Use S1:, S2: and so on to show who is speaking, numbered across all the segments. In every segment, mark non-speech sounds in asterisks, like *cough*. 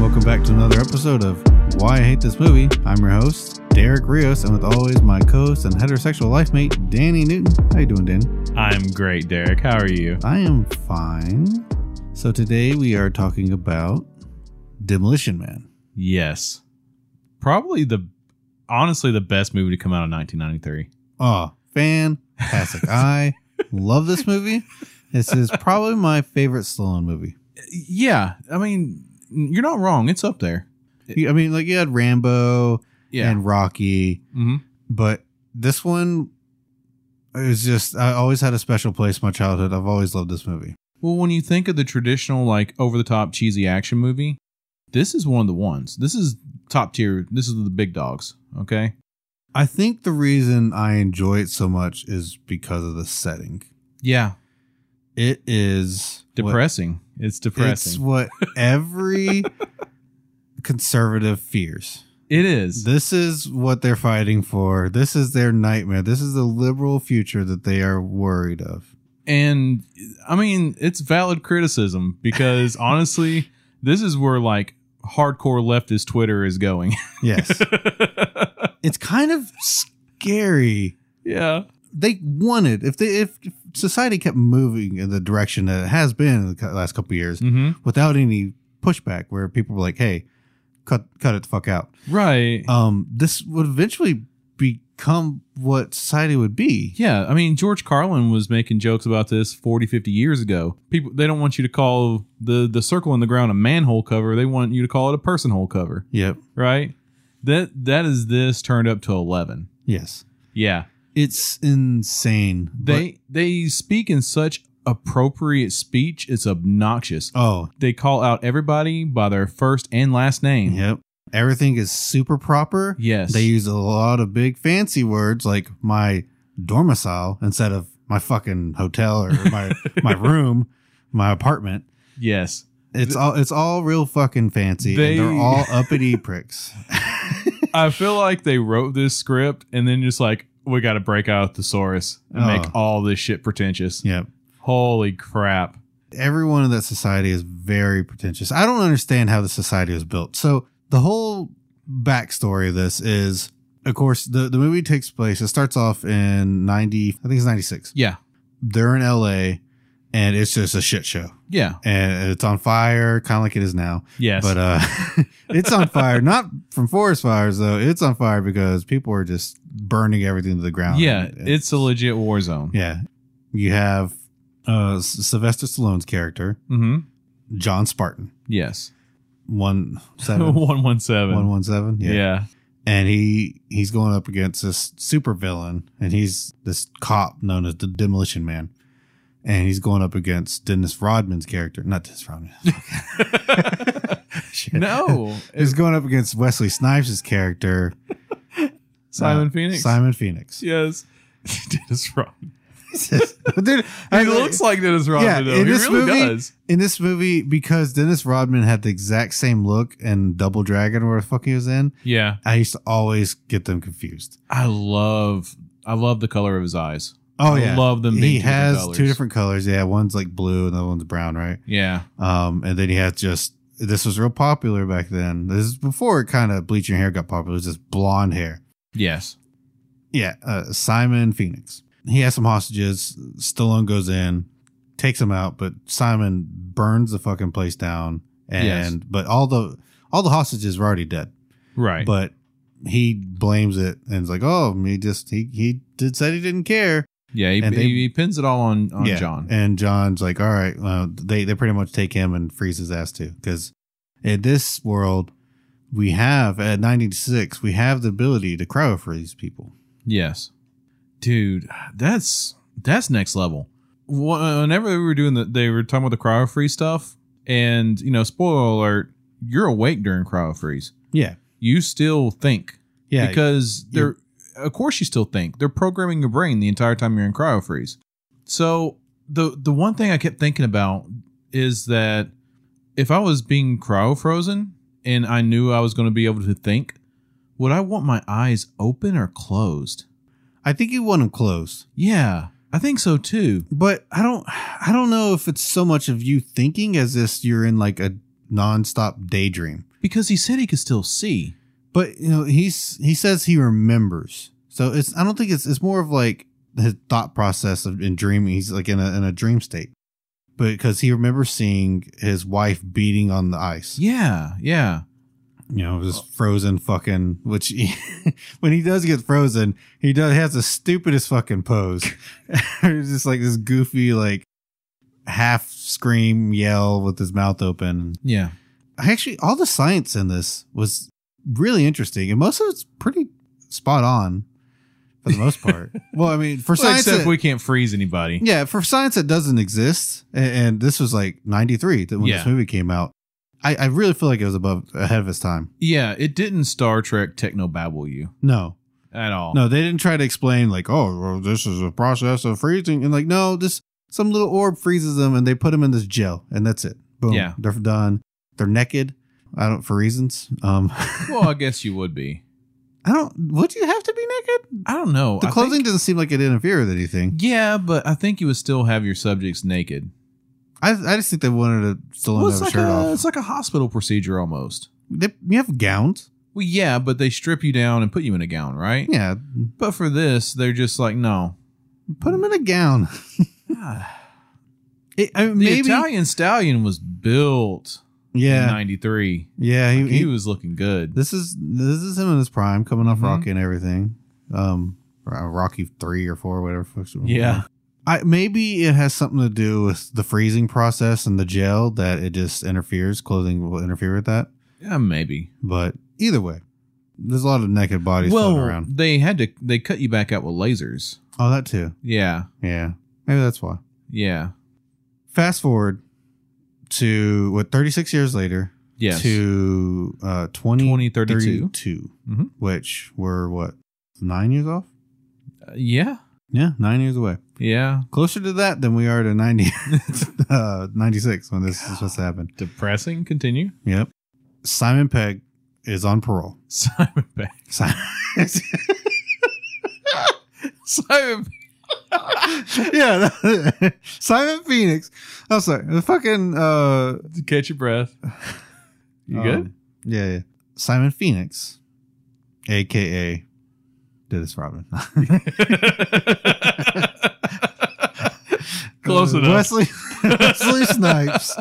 S1: welcome back to another episode of Why I Hate This Movie. I'm your host, Derek Rios, and with always my co-host and heterosexual life mate, Danny Newton. How you doing, Danny?
S2: I'm great, Derek. How are you?
S1: I am fine. So today we are talking about Demolition Man.
S2: Yes. Probably the honestly the best movie to come out in 1993.
S1: Oh, fantastic. I love this movie. This is probably my favorite Stallone movie.
S2: Yeah, I mean, you're not wrong. It's up there.
S1: You- I mean, like you had Rambo
S2: And,
S1: and Rocky,
S2: Mhm.
S1: but this one is just, I always had a special place in my childhood. I've always loved this movie.
S2: Well, when you think of the traditional like over the top cheesy action movie, this is one of the ones. This is top tier. This is the big dogs, okay?
S1: I think the reason I enjoy it so much is because of the setting.
S2: Yeah.
S1: It is what-
S2: Depressing. it's
S1: It's
S2: depressing.
S1: what every conservative fears.
S2: it is.
S1: This is what they're fighting for. This is their nightmare. This is the liberal future that they are worried of.
S2: And I mean, it's valid criticism because honestly, this is where like hardcore leftist Twitter is going. *laughs*
S1: Yes. it's kind of scary.
S2: yeah.
S1: They wanted if they if if society kept moving in the direction that it has been in the co- last couple of years
S2: hmm
S1: without any pushback where people were like, "Hey, cut cut it the fuck out."
S2: Right.
S1: Um this would eventually become what society would be.
S2: yeah. I mean, George Carlin was making jokes about this 40, 50 years ago. People, they don't want you to call the, the circle in the ground a manhole cover. They want you to call it a person hole cover.
S1: Yep.
S2: Right. That, that is this turned up to 11.
S1: Yes.
S2: Yeah.
S1: It's insane.
S2: They, they speak in such appropriate speech. It's obnoxious.
S1: but, oh,
S2: they call out everybody by their first and last name.
S1: yep. Everything is super proper.
S2: Yes.
S1: They use a lot of big fancy words like my domicile instead of my fucking hotel or
S2: *laughs*
S1: my my room, my apartment.
S2: yes.
S1: It's all it's all real fucking fancy.
S2: They-
S1: and they're all uppity pricks.
S2: I feel like they wrote this script and then just like we got to break out a thesaurus and
S1: Oh.
S2: make all this shit pretentious.
S1: yep.
S2: Holy crap.
S1: Everyone in that society is very pretentious. I don't understand how the society was built. So the whole backstory of this is of course the, the movie takes place it starts off in 90 i think it's 96
S2: Yeah.
S1: they're in LA and it's just a shit show.
S2: Yeah.
S1: And it's on fire, kind of like it is now.
S2: Yes.
S1: But uh *laughs* it's on fire, not from forest fires though. It's on fire because people are just burning everything to the ground.
S2: yeah,
S1: And- and-
S2: it's a legit war zone.
S1: yeah. You have uh S- Sylvester Stallone's character,
S2: hmm
S1: John Spartan,
S2: Yes.
S1: one
S2: *laughs*
S1: seven.
S2: 117.
S1: One one seven,
S2: yeah.
S1: and he he's going up against this super villain, and he's this cop known as the Demolition Man, and he's going up against Dennis Rodman's character, not Dennis Rodman. *laughs* Shit.
S2: *laughs* no.
S1: he's going up against Wesley Snipes' character,
S2: Simon
S1: uh,
S2: Phoenix.
S1: Simon
S2: *laughs*
S1: Phoenix. *laughs*
S2: Yes. Dennis Rodman.
S1: Dude,
S2: He
S1: I-
S2: looks like Dennis Rodman,
S1: Yeah,
S2: though.
S1: in
S2: He
S1: this
S2: really
S1: movie-
S2: does.
S1: in this movie because Dennis Rodman had the exact same look and Double Dragon, or where the fuck he was in.
S2: Yeah.
S1: I used to always get them confused.
S2: I love I love the color of his eyes.
S1: Oh
S2: I
S1: yeah,
S2: love them. being
S1: he
S2: different
S1: has
S2: colors.
S1: two different colors. Yeah, one's like blue and the other one's brown, right?
S2: Yeah,
S1: Um, and then he had just this was real popular back then. This is before kind of bleaching hair got popular. It was just blonde hair.
S2: yes,
S1: Yeah, uh, Simon Phoenix. He has some hostages. Stallone goes in, takes him out, but Simon burns the fucking place down. And
S2: Yes.
S1: but all the all the hostages were already dead.
S2: right.
S1: But he blames it and is like, "Oh, he just he he did said he didn't care."
S2: yeah, he,
S1: and they-
S2: he, he pins it all on on John.
S1: And John's like, all right, well, they they pretty much take him and freeze his ass too, because in this world, we have at ninety six, we have the ability to cryo freeze people.
S2: yes, dude, that's that's next level. Wh- Whenever we were doing the, they were talking about the cryo freeze stuff, and you know, spoiler alert, you're awake during cryo freeze.
S1: Yeah,
S2: You still think
S1: yeah,
S2: because
S1: you-
S2: they're of course you still think they're programming your brain the entire time you're in cryo freeze so the the one thing i kept thinking about is that if i was being cryo frozen and i knew i was going to be able to think would i want my eyes open or closed
S1: I think you want them closed,
S2: yeah i think so too
S1: but I don't, I don't know if it's so much of you thinking as this you're in like a nonstop daydream.
S2: because he said he could still see.
S1: But you know, he's he says he remembers. So it's I don't think it's it's more of like his thought process of in dreaming. He's like in a in a dream state. But because he remembers seeing his wife beating on the ice.
S2: Yeah, yeah.
S1: You know, just frozen fucking which *laughs* when he does get frozen, he does he has the stupidest fucking pose. *laughs* it's just like this goofy like half scream yell with his mouth open.
S2: Yeah.
S1: actually all the science in this was really interesting and most of it's pretty spot on for the most
S2: *laughs*
S1: part well i mean for
S2: Well,
S1: science
S2: except
S1: that-
S2: we can't freeze anybody.
S1: *laughs* yeah for science that doesn't exist a- and, this was like 93 that when
S2: Yeah.
S1: this movie came out I, I really feel like it was above ahead of its time
S2: Yeah, it didn't Star Trek techno babble you
S1: no
S2: at all.
S1: no they didn't try to explain like oh well, this is a process of freezing and like no this some little orb freezes them and they put them in this gel and that's it boom
S2: Yeah.
S1: they're done they're naked i don't for reasons um
S2: Well, I guess you would be.
S1: I don't. Would you have to be naked?
S2: I don't know.
S1: The
S2: I
S1: clothing
S2: think-
S1: doesn't seem like it interfered with anything.
S2: yeah, but I think you would still have your subjects naked.
S1: I, I just think they wanted to still
S2: Well,
S1: have
S2: it's
S1: a
S2: like
S1: shirt
S2: a,
S1: off.
S2: it's like a hospital procedure almost.
S1: They, you have gowns.
S2: Well, yeah, but they strip you down and put you in a
S1: *laughs*
S2: gown, right?
S1: Yeah,
S2: But for this, they're just like, no.
S1: put them in a gown. *sighs* *laughs* It, I mean,
S2: The
S1: maybe.
S2: Italian stallion was built in
S1: yeah,
S2: '93.
S1: yeah. He,
S2: He
S1: he-
S2: was looking good.
S1: this is this is him in his prime, coming off
S2: Mhm.
S1: Rocky and everything. Um, Ro- Rocky three or four, whatever. the fuck's-
S2: Yeah.
S1: I maybe it has something to do with the freezing process and the gel that it just interferes. Clothing will interfere with that,
S2: Yeah, maybe.
S1: but either way, there's a lot of naked bodies floating
S2: Well,
S1: around.
S2: they had to. They cut you back out with lasers.
S1: Oh, that too.
S2: Yeah,
S1: Yeah. Maybe that's why.
S2: yeah,
S1: Fast forward to what 36 years later
S2: yes.
S1: to uh 2032,
S2: 2032. Mhm.
S1: which were what? 9 years off?
S2: Uh, yeah,
S1: Yeah, 9 years away.
S2: yeah.
S1: Closer to that than we are to 90 *laughs* uh 96 when this is supposed to happen.
S2: Depressing. Continue. *laughs*
S1: Yep. Simon Pegg is on parole.
S2: Simon Pegg.
S1: Simon *laughs*
S2: *laughs* Simon. Pegg.
S1: yeah, *laughs* Simon Phoenix. I'm sorry. The fucking uh
S2: Catch your breath. You
S1: Um,
S2: good?
S1: Yeah, yeah. Simon Phoenix, aka Dennis Rodman.
S2: *laughs* Um.
S1: *laughs*
S2: Close
S1: Uh,
S2: enough.
S1: Wesley, Wesley Snipes.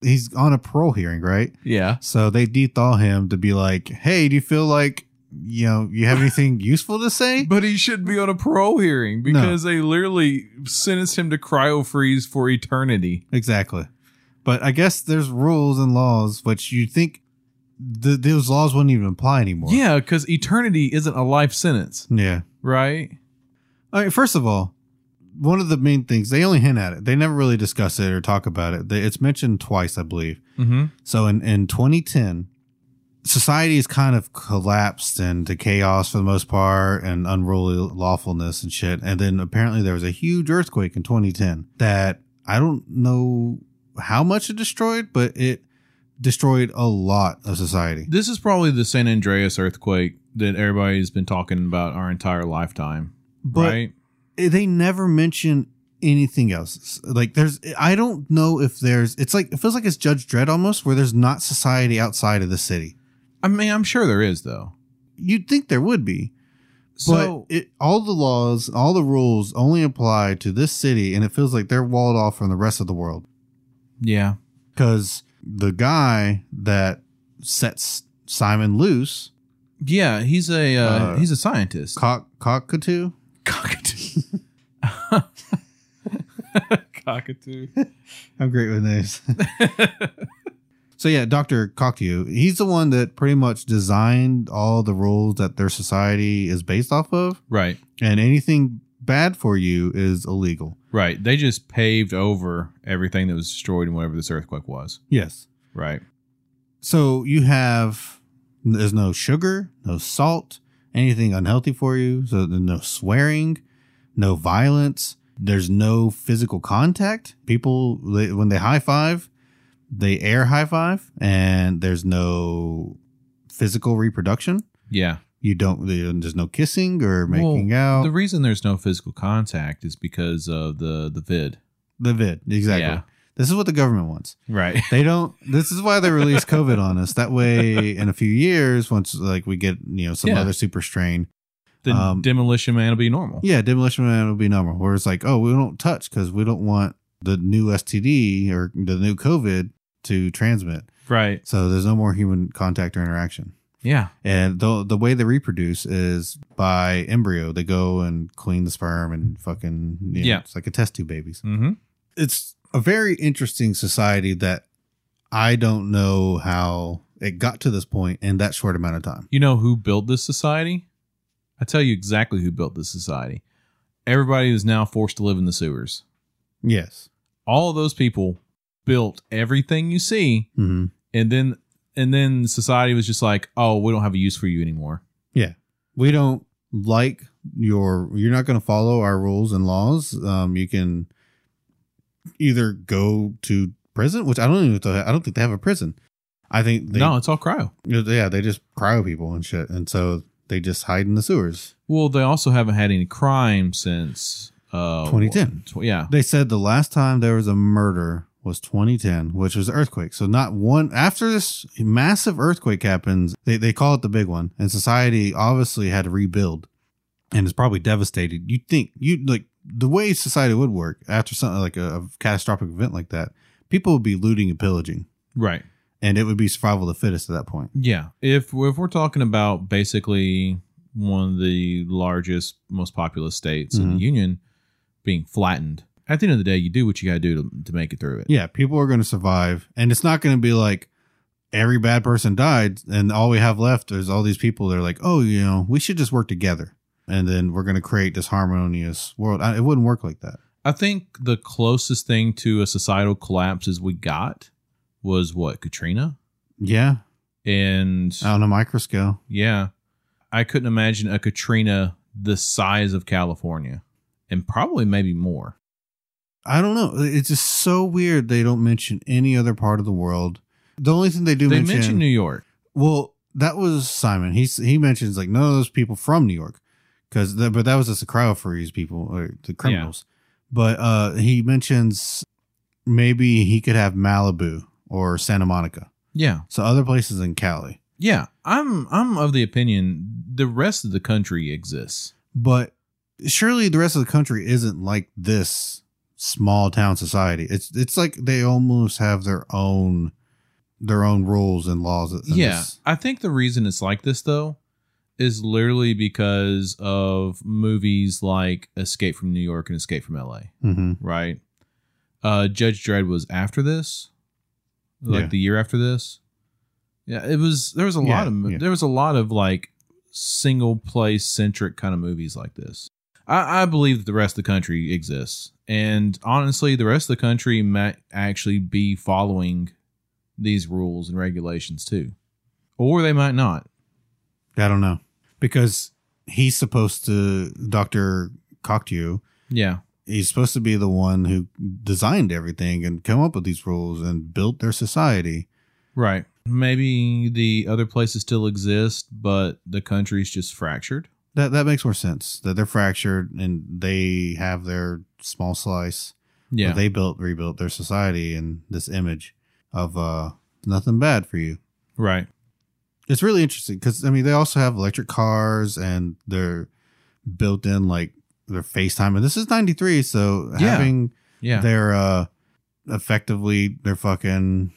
S1: He's on a parole hearing, right?
S2: yeah.
S1: So they dethaw him to be like, "Hey, do you feel like you know you have
S2: *laughs*
S1: anything useful to say?"
S2: But he should be on a parole hearing because they literally sentenced him to cryo freeze for eternity.
S1: Exactly. But I guess there's rules and laws which you think th- those laws wouldn't even apply anymore.
S2: Yeah, because eternity isn't a life sentence,
S1: Yeah.
S2: right?
S1: All right, first of all, one of the main things they only hint at it. They never really discuss it or talk about it. They- It's mentioned twice, I believe.
S2: Mm-hmm.
S1: So in in 2010, society has kind of collapsed into chaos for the most part and unruly lawfulness and shit. And then apparently there was a huge earthquake in 2010 that I don't know how much it destroyed, but it destroyed a lot of society.
S2: This is probably the San Andreas earthquake that everybody's been talking about our entire lifetime,
S1: But
S2: right?
S1: eh, they never mention anything else. Like there's I don't know if there's it's like it feels like it's Judge Dredd almost where there's not society outside of the city.
S2: I mean, I'm sure there is though.
S1: You'd think there would be,
S2: So
S1: but it, all the laws, all the rules only apply to this city and it feels like they're walled off from the rest of the world
S2: yeah,
S1: cuz the guy that sets Simon loose,
S2: yeah, he's a uh,
S1: Uh,
S2: he's a scientist.
S1: cock cockatoo,
S2: cockatoo. *laughs* cockatoo.
S1: I'm great with names. *laughs* so yeah, Dr. Cocteau, he's the one that pretty much designed all the rules that their society is based off of,
S2: right,
S1: and anything bad for you is illegal.
S2: right. They just paved over everything that was destroyed in whatever this earthquake was.
S1: Yes.
S2: Right.
S1: So you have there's no sugar, no salt, anything unhealthy for you. So there's no swearing, no violence. There's no physical contact. People they, when they high five, they air high five, and there's no physical reproduction.
S2: Yeah.
S1: You don't. There's no kissing or making out.
S2: The reason there's no physical contact is because of the the vid.
S1: The, vid exactly.
S2: Yeah.
S1: This is what the government wants.
S2: Right.
S1: They don't. This is why they released COVID on us. That way, in a few years, once like we get you know some
S2: Yeah.
S1: other super strain,
S2: *laughs* The
S1: Um,
S2: demolition man will be normal.
S1: yeah, demolition man will be normal. Where it's like, oh, we don't touch because we don't want the new STD or the new COVID to transmit.
S2: Right.
S1: So there's no more human contact or interaction.
S2: Yeah.
S1: And the the way they reproduce is by embryo. They go and clean the sperm and fucking you know,
S2: Yeah.
S1: It's like a test tube babies.
S2: Mm-hmm.
S1: It's a very interesting society that I don't know how it got to this point in that short amount of time.
S2: You know who built this society? I tell you exactly who built this society. Everybody is now forced to live in the sewers.
S1: Yes.
S2: All of those people built everything you see,
S1: hmm
S2: and then and then society was just like, oh, we don't have a use for you anymore.
S1: We don't like your. You're not going to follow our rules and laws. Um, you can either go to prison, which I don't even. Know, I don't think they have a prison. I think they
S2: no, it's all cryo.
S1: Yeah, they- Yeah, they just cryo people and shit, and so they just hide in the sewers.
S2: Well, they also haven't had any crime since uh,
S1: 2010.
S2: tw- yeah,
S1: They said the last time there was a murder was 2010, which was the earthquake. So not one after this massive earthquake happens, they they call it the big one, and society obviously had to rebuild, and is probably devastated. You think you like the way society would work after something like a, a catastrophic event like that, people would be looting and pillaging,
S2: right.
S1: and it would be survival of the fittest at that point.
S2: Yeah, if if we're talking about basically one of the largest, most populous states in
S1: Mhm.
S2: the union being flattened, at the end of the day, you do what you got to do to to make it through it.
S1: Yeah, people are going to survive, and it's not going to be like every bad person died, and all we have left is all these people that are like, oh, you know, we should just work together, and then we're going to create this harmonious world. I, it wouldn't work like that.
S2: I think the closest thing to a societal collapse as we got was what Katrina
S1: Yeah,
S2: and
S1: on a micro scale,
S2: yeah, I couldn't imagine a Katrina the size of California and probably maybe more.
S1: I don't know. It's just so weird they don't mention any other part of the world. The only thing they do
S2: they
S1: mention,
S2: mentioned New York.
S1: well, that was Simon. He's he mentions like none of those people from New York, because but that was just a crowd for these people or the criminals. But uh, he mentions maybe he could have Malibu or Santa Monica,
S2: Yeah.
S1: so other places in Cali.
S2: Yeah, I'm I'm of the opinion the rest of the country exists.
S1: But surely the rest of the country isn't like this small town society. It's it's like they almost have their own their own rules and laws. and
S2: yeah,
S1: this-
S2: I think the reason it's like this though is literally because of movies like Escape from New York and Escape from LA,
S1: Mhm.
S2: right? Uh Judge Dredd was after this. Like
S1: Yeah.
S2: the year after this. Yeah, it was there was a
S1: Yeah,
S2: lot of mo-
S1: yeah.
S2: there was a lot of like single place centric kind of movies like this. I, I believe that the rest of the country exists. And honestly, the rest of the country might actually be following these rules and regulations too. Or they might not.
S1: I don't know because he's supposed to Doctor Cocteau
S2: Yeah.
S1: he's supposed to be the one who designed everything and come up with these rules and built their society.
S2: Right. Maybe the other places still exist, but the country's just fractured.
S1: That that makes more sense. That they're fractured and they have their small slice. but
S2: Yeah.
S1: They built rebuilt their society in this image of uh nothing bad for you.
S2: right.
S1: It's really interesting because I mean they also have electric cars and they're built in like their FaceTime and this is ninety three, so
S2: Yeah.
S1: having
S2: Yeah.
S1: they're uh effectively they're fucking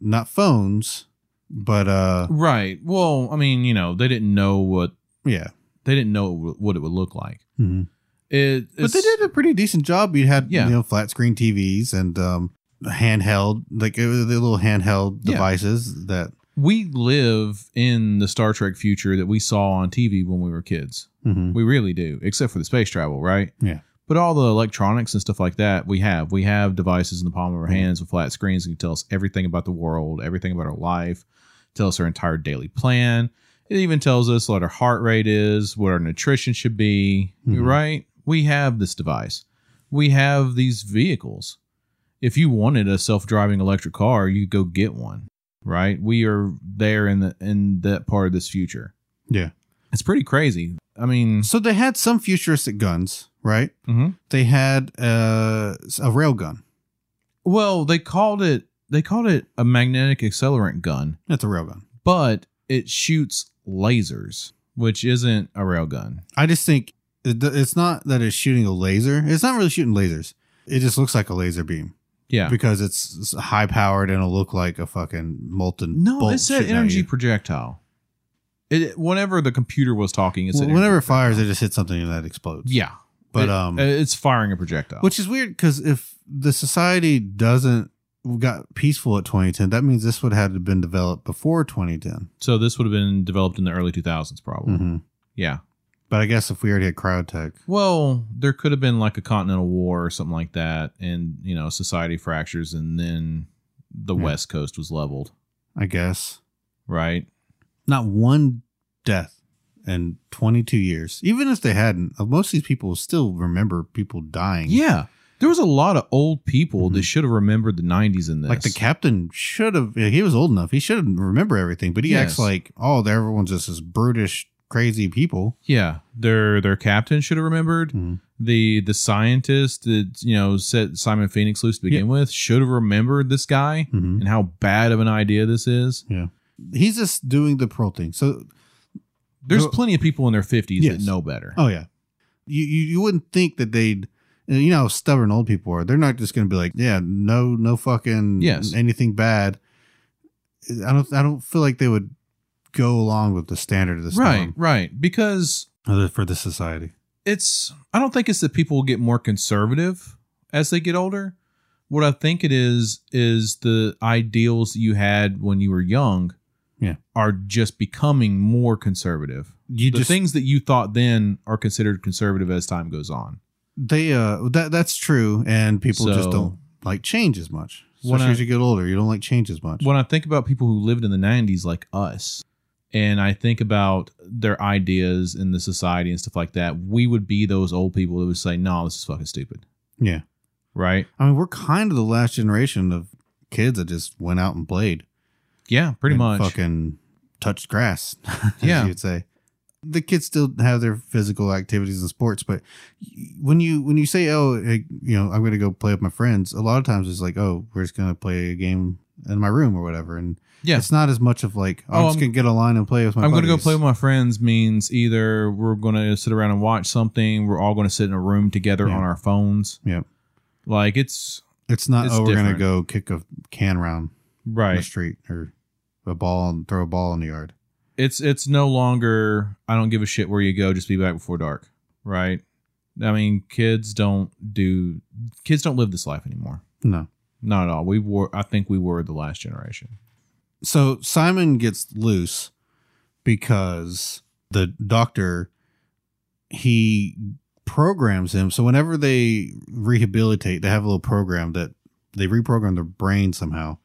S1: not phones but uh
S2: right. Well, I mean, you know, they didn't know what
S1: yeah Mm-hmm.
S2: they didn't know what it would look like. It,
S1: but they
S2: it's-
S1: did a pretty decent job you had
S2: Yeah.
S1: you know flat screen tvs and um handheld like it was the little handheld
S2: Yeah.
S1: devices that
S2: We live in the Star Trek future that we saw on TV when we were kids.
S1: mhm.
S2: We really do, except for the space travel, right?
S1: Yeah.
S2: But all the electronics and stuff like that, we have. We have devices in the palm of our hands with flat screens that can tell us everything about the world, everything about our life, tell us our entire daily plan. It even tells us what our heart rate is, what our nutrition should be,
S1: Mhm.
S2: right? We have this device. We have these vehicles. If you wanted a self-driving electric car, you could go get one, right? We are there in the in that part of this future.
S1: Yeah.
S2: It's pretty crazy. I mean,
S1: so they had some
S2: Mm-hmm.
S1: futuristic guns right
S2: mhm.
S1: they had uh, a rail gun
S2: Well, they called it they called it a magnetic accelerant gun,
S1: It's a railgun.
S2: but it shoots lasers, which isn't a rail gun.
S1: I just think it, it's not that it's shooting a laser. It's not really shooting lasers. It just looks like a laser beam
S2: Yeah.
S1: because it's, it's high powered and it'll look like a fucking molten.
S2: No,
S1: bolt
S2: it said
S1: shooting at
S2: energy
S1: you.
S2: projectile. It whenever the computer was talking, it said
S1: Well, whenever it
S2: energy
S1: fires, it
S2: projectile.
S1: just hits something and that explodes.
S2: Yeah.
S1: but
S2: It- uh,
S1: um,
S2: it's firing a projectile.
S1: which is weird because if the society doesn't got peaceful at 2010, that means this would have been developed before 2010.
S2: so this would have been developed in the early 2000s probably.
S1: hmm
S2: Yeah.
S1: But I guess if we already had cryotech,
S2: Well, there could have been like a continental war or something like that, and you know, society fractures, and then the
S1: Yeah.
S2: West Coast was leveled,
S1: I guess
S2: right?
S1: not one death in 22 years. Even if they hadn't, uh, most of these people still remember people dying.
S2: Yeah, there was a lot of old people that
S1: Mhm.
S2: should have remembered the '90s in this.
S1: Like the captain should have, he was old enough. He should remember everything, but he
S2: Yes.
S1: acts like, oh, everyone's just this brutish, crazy people.
S2: yeah, their their captain should have remembered
S1: Mhm.
S2: the the scientist that you know set Simon Phoenix loose to begin with should have remembered this guy
S1: Mhm.
S2: and how bad of an idea this is.
S1: He's just doing the pearl thing. So
S2: There's
S1: No-
S2: plenty of people in their 50s
S1: Yes.
S2: that know better.
S1: Oh yeah, you you, you wouldn't think that they'd. You know how stubborn old people are. They're not just going to be like, yeah, no, no fucking
S2: Yes.
S1: anything bad. I don't. I don't feel like they would go along with the standard of the
S2: right,
S1: storm
S2: right, because.
S1: other- for the society.
S2: it's I don't think it's that people will get more conservative as they get older. What I think it is is the ideals you had when you were young
S1: Yeah.
S2: are just becoming more conservative.
S1: You
S2: the
S1: just
S2: things that you thought then are considered conservative as time goes on.
S1: they uh that that's true, and people just
S2: So-
S1: don't like change as much.
S2: When
S1: Especially
S2: I-
S1: as you get older, you don't like change as much.
S2: When I think about people who lived in the 90s like us and I think about their ideas in the society and stuff like that, we would be those old people that would say, "No, this is fucking stupid."
S1: yeah,
S2: Right?
S1: I mean, we're kind of the last generation of kids that just went out and played.
S2: Yeah, pretty
S1: and
S2: much.
S1: fucking touched grass. *laughs* as
S2: Yeah.
S1: you'd say the kids still have their physical activities and sports, but when you when you say, "Oh, hey, you know, I'm going to go play with my friends," a lot of times it's like, "Oh, we're just going to play a game in my room or whatever," and
S2: Yeah.
S1: it's not as much of like, "Oh, I'm
S2: Oh,
S1: just
S2: I'm-
S1: going to get a line and play with my."
S2: I'm going to go play with
S1: buddies."
S2: my friends means either we're going to sit around and watch something, we're all going to sit in a room together
S1: Yeah.
S2: on our phones.
S1: Yep.
S2: Like it's
S1: It's not.
S2: It's
S1: oh, we're going to
S2: different.
S1: go kick a can round in the
S2: right.
S1: street or a ball and throw a ball in the yard.
S2: It's it's no longer I don't give a shit where you go, just be back before dark, right? I mean, kids don't do kids don't live this life anymore.
S1: No.
S2: Not at all. We were I think we were the last generation.
S1: so Simon gets loose because the doctor he programs him. So whenever they rehabilitate, they have a little program that they reprogram their brain somehow.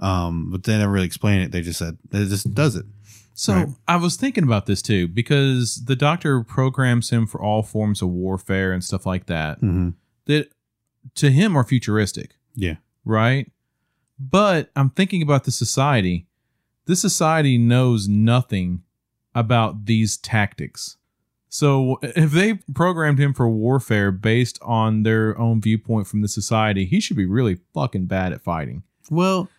S1: Um, but they never really explain it. They just said it just does it.
S2: So
S1: Right.
S2: I was thinking about this too because the doctor programs him for all forms of warfare and stuff like that.
S1: Mm-hmm.
S2: that to him are futuristic.
S1: Yeah.
S2: Right? But I'm thinking about the society. This society knows nothing about these tactics. So if they programmed him for warfare based on their own viewpoint from the society, he should be really fucking bad at fighting. *laughs*
S1: Well,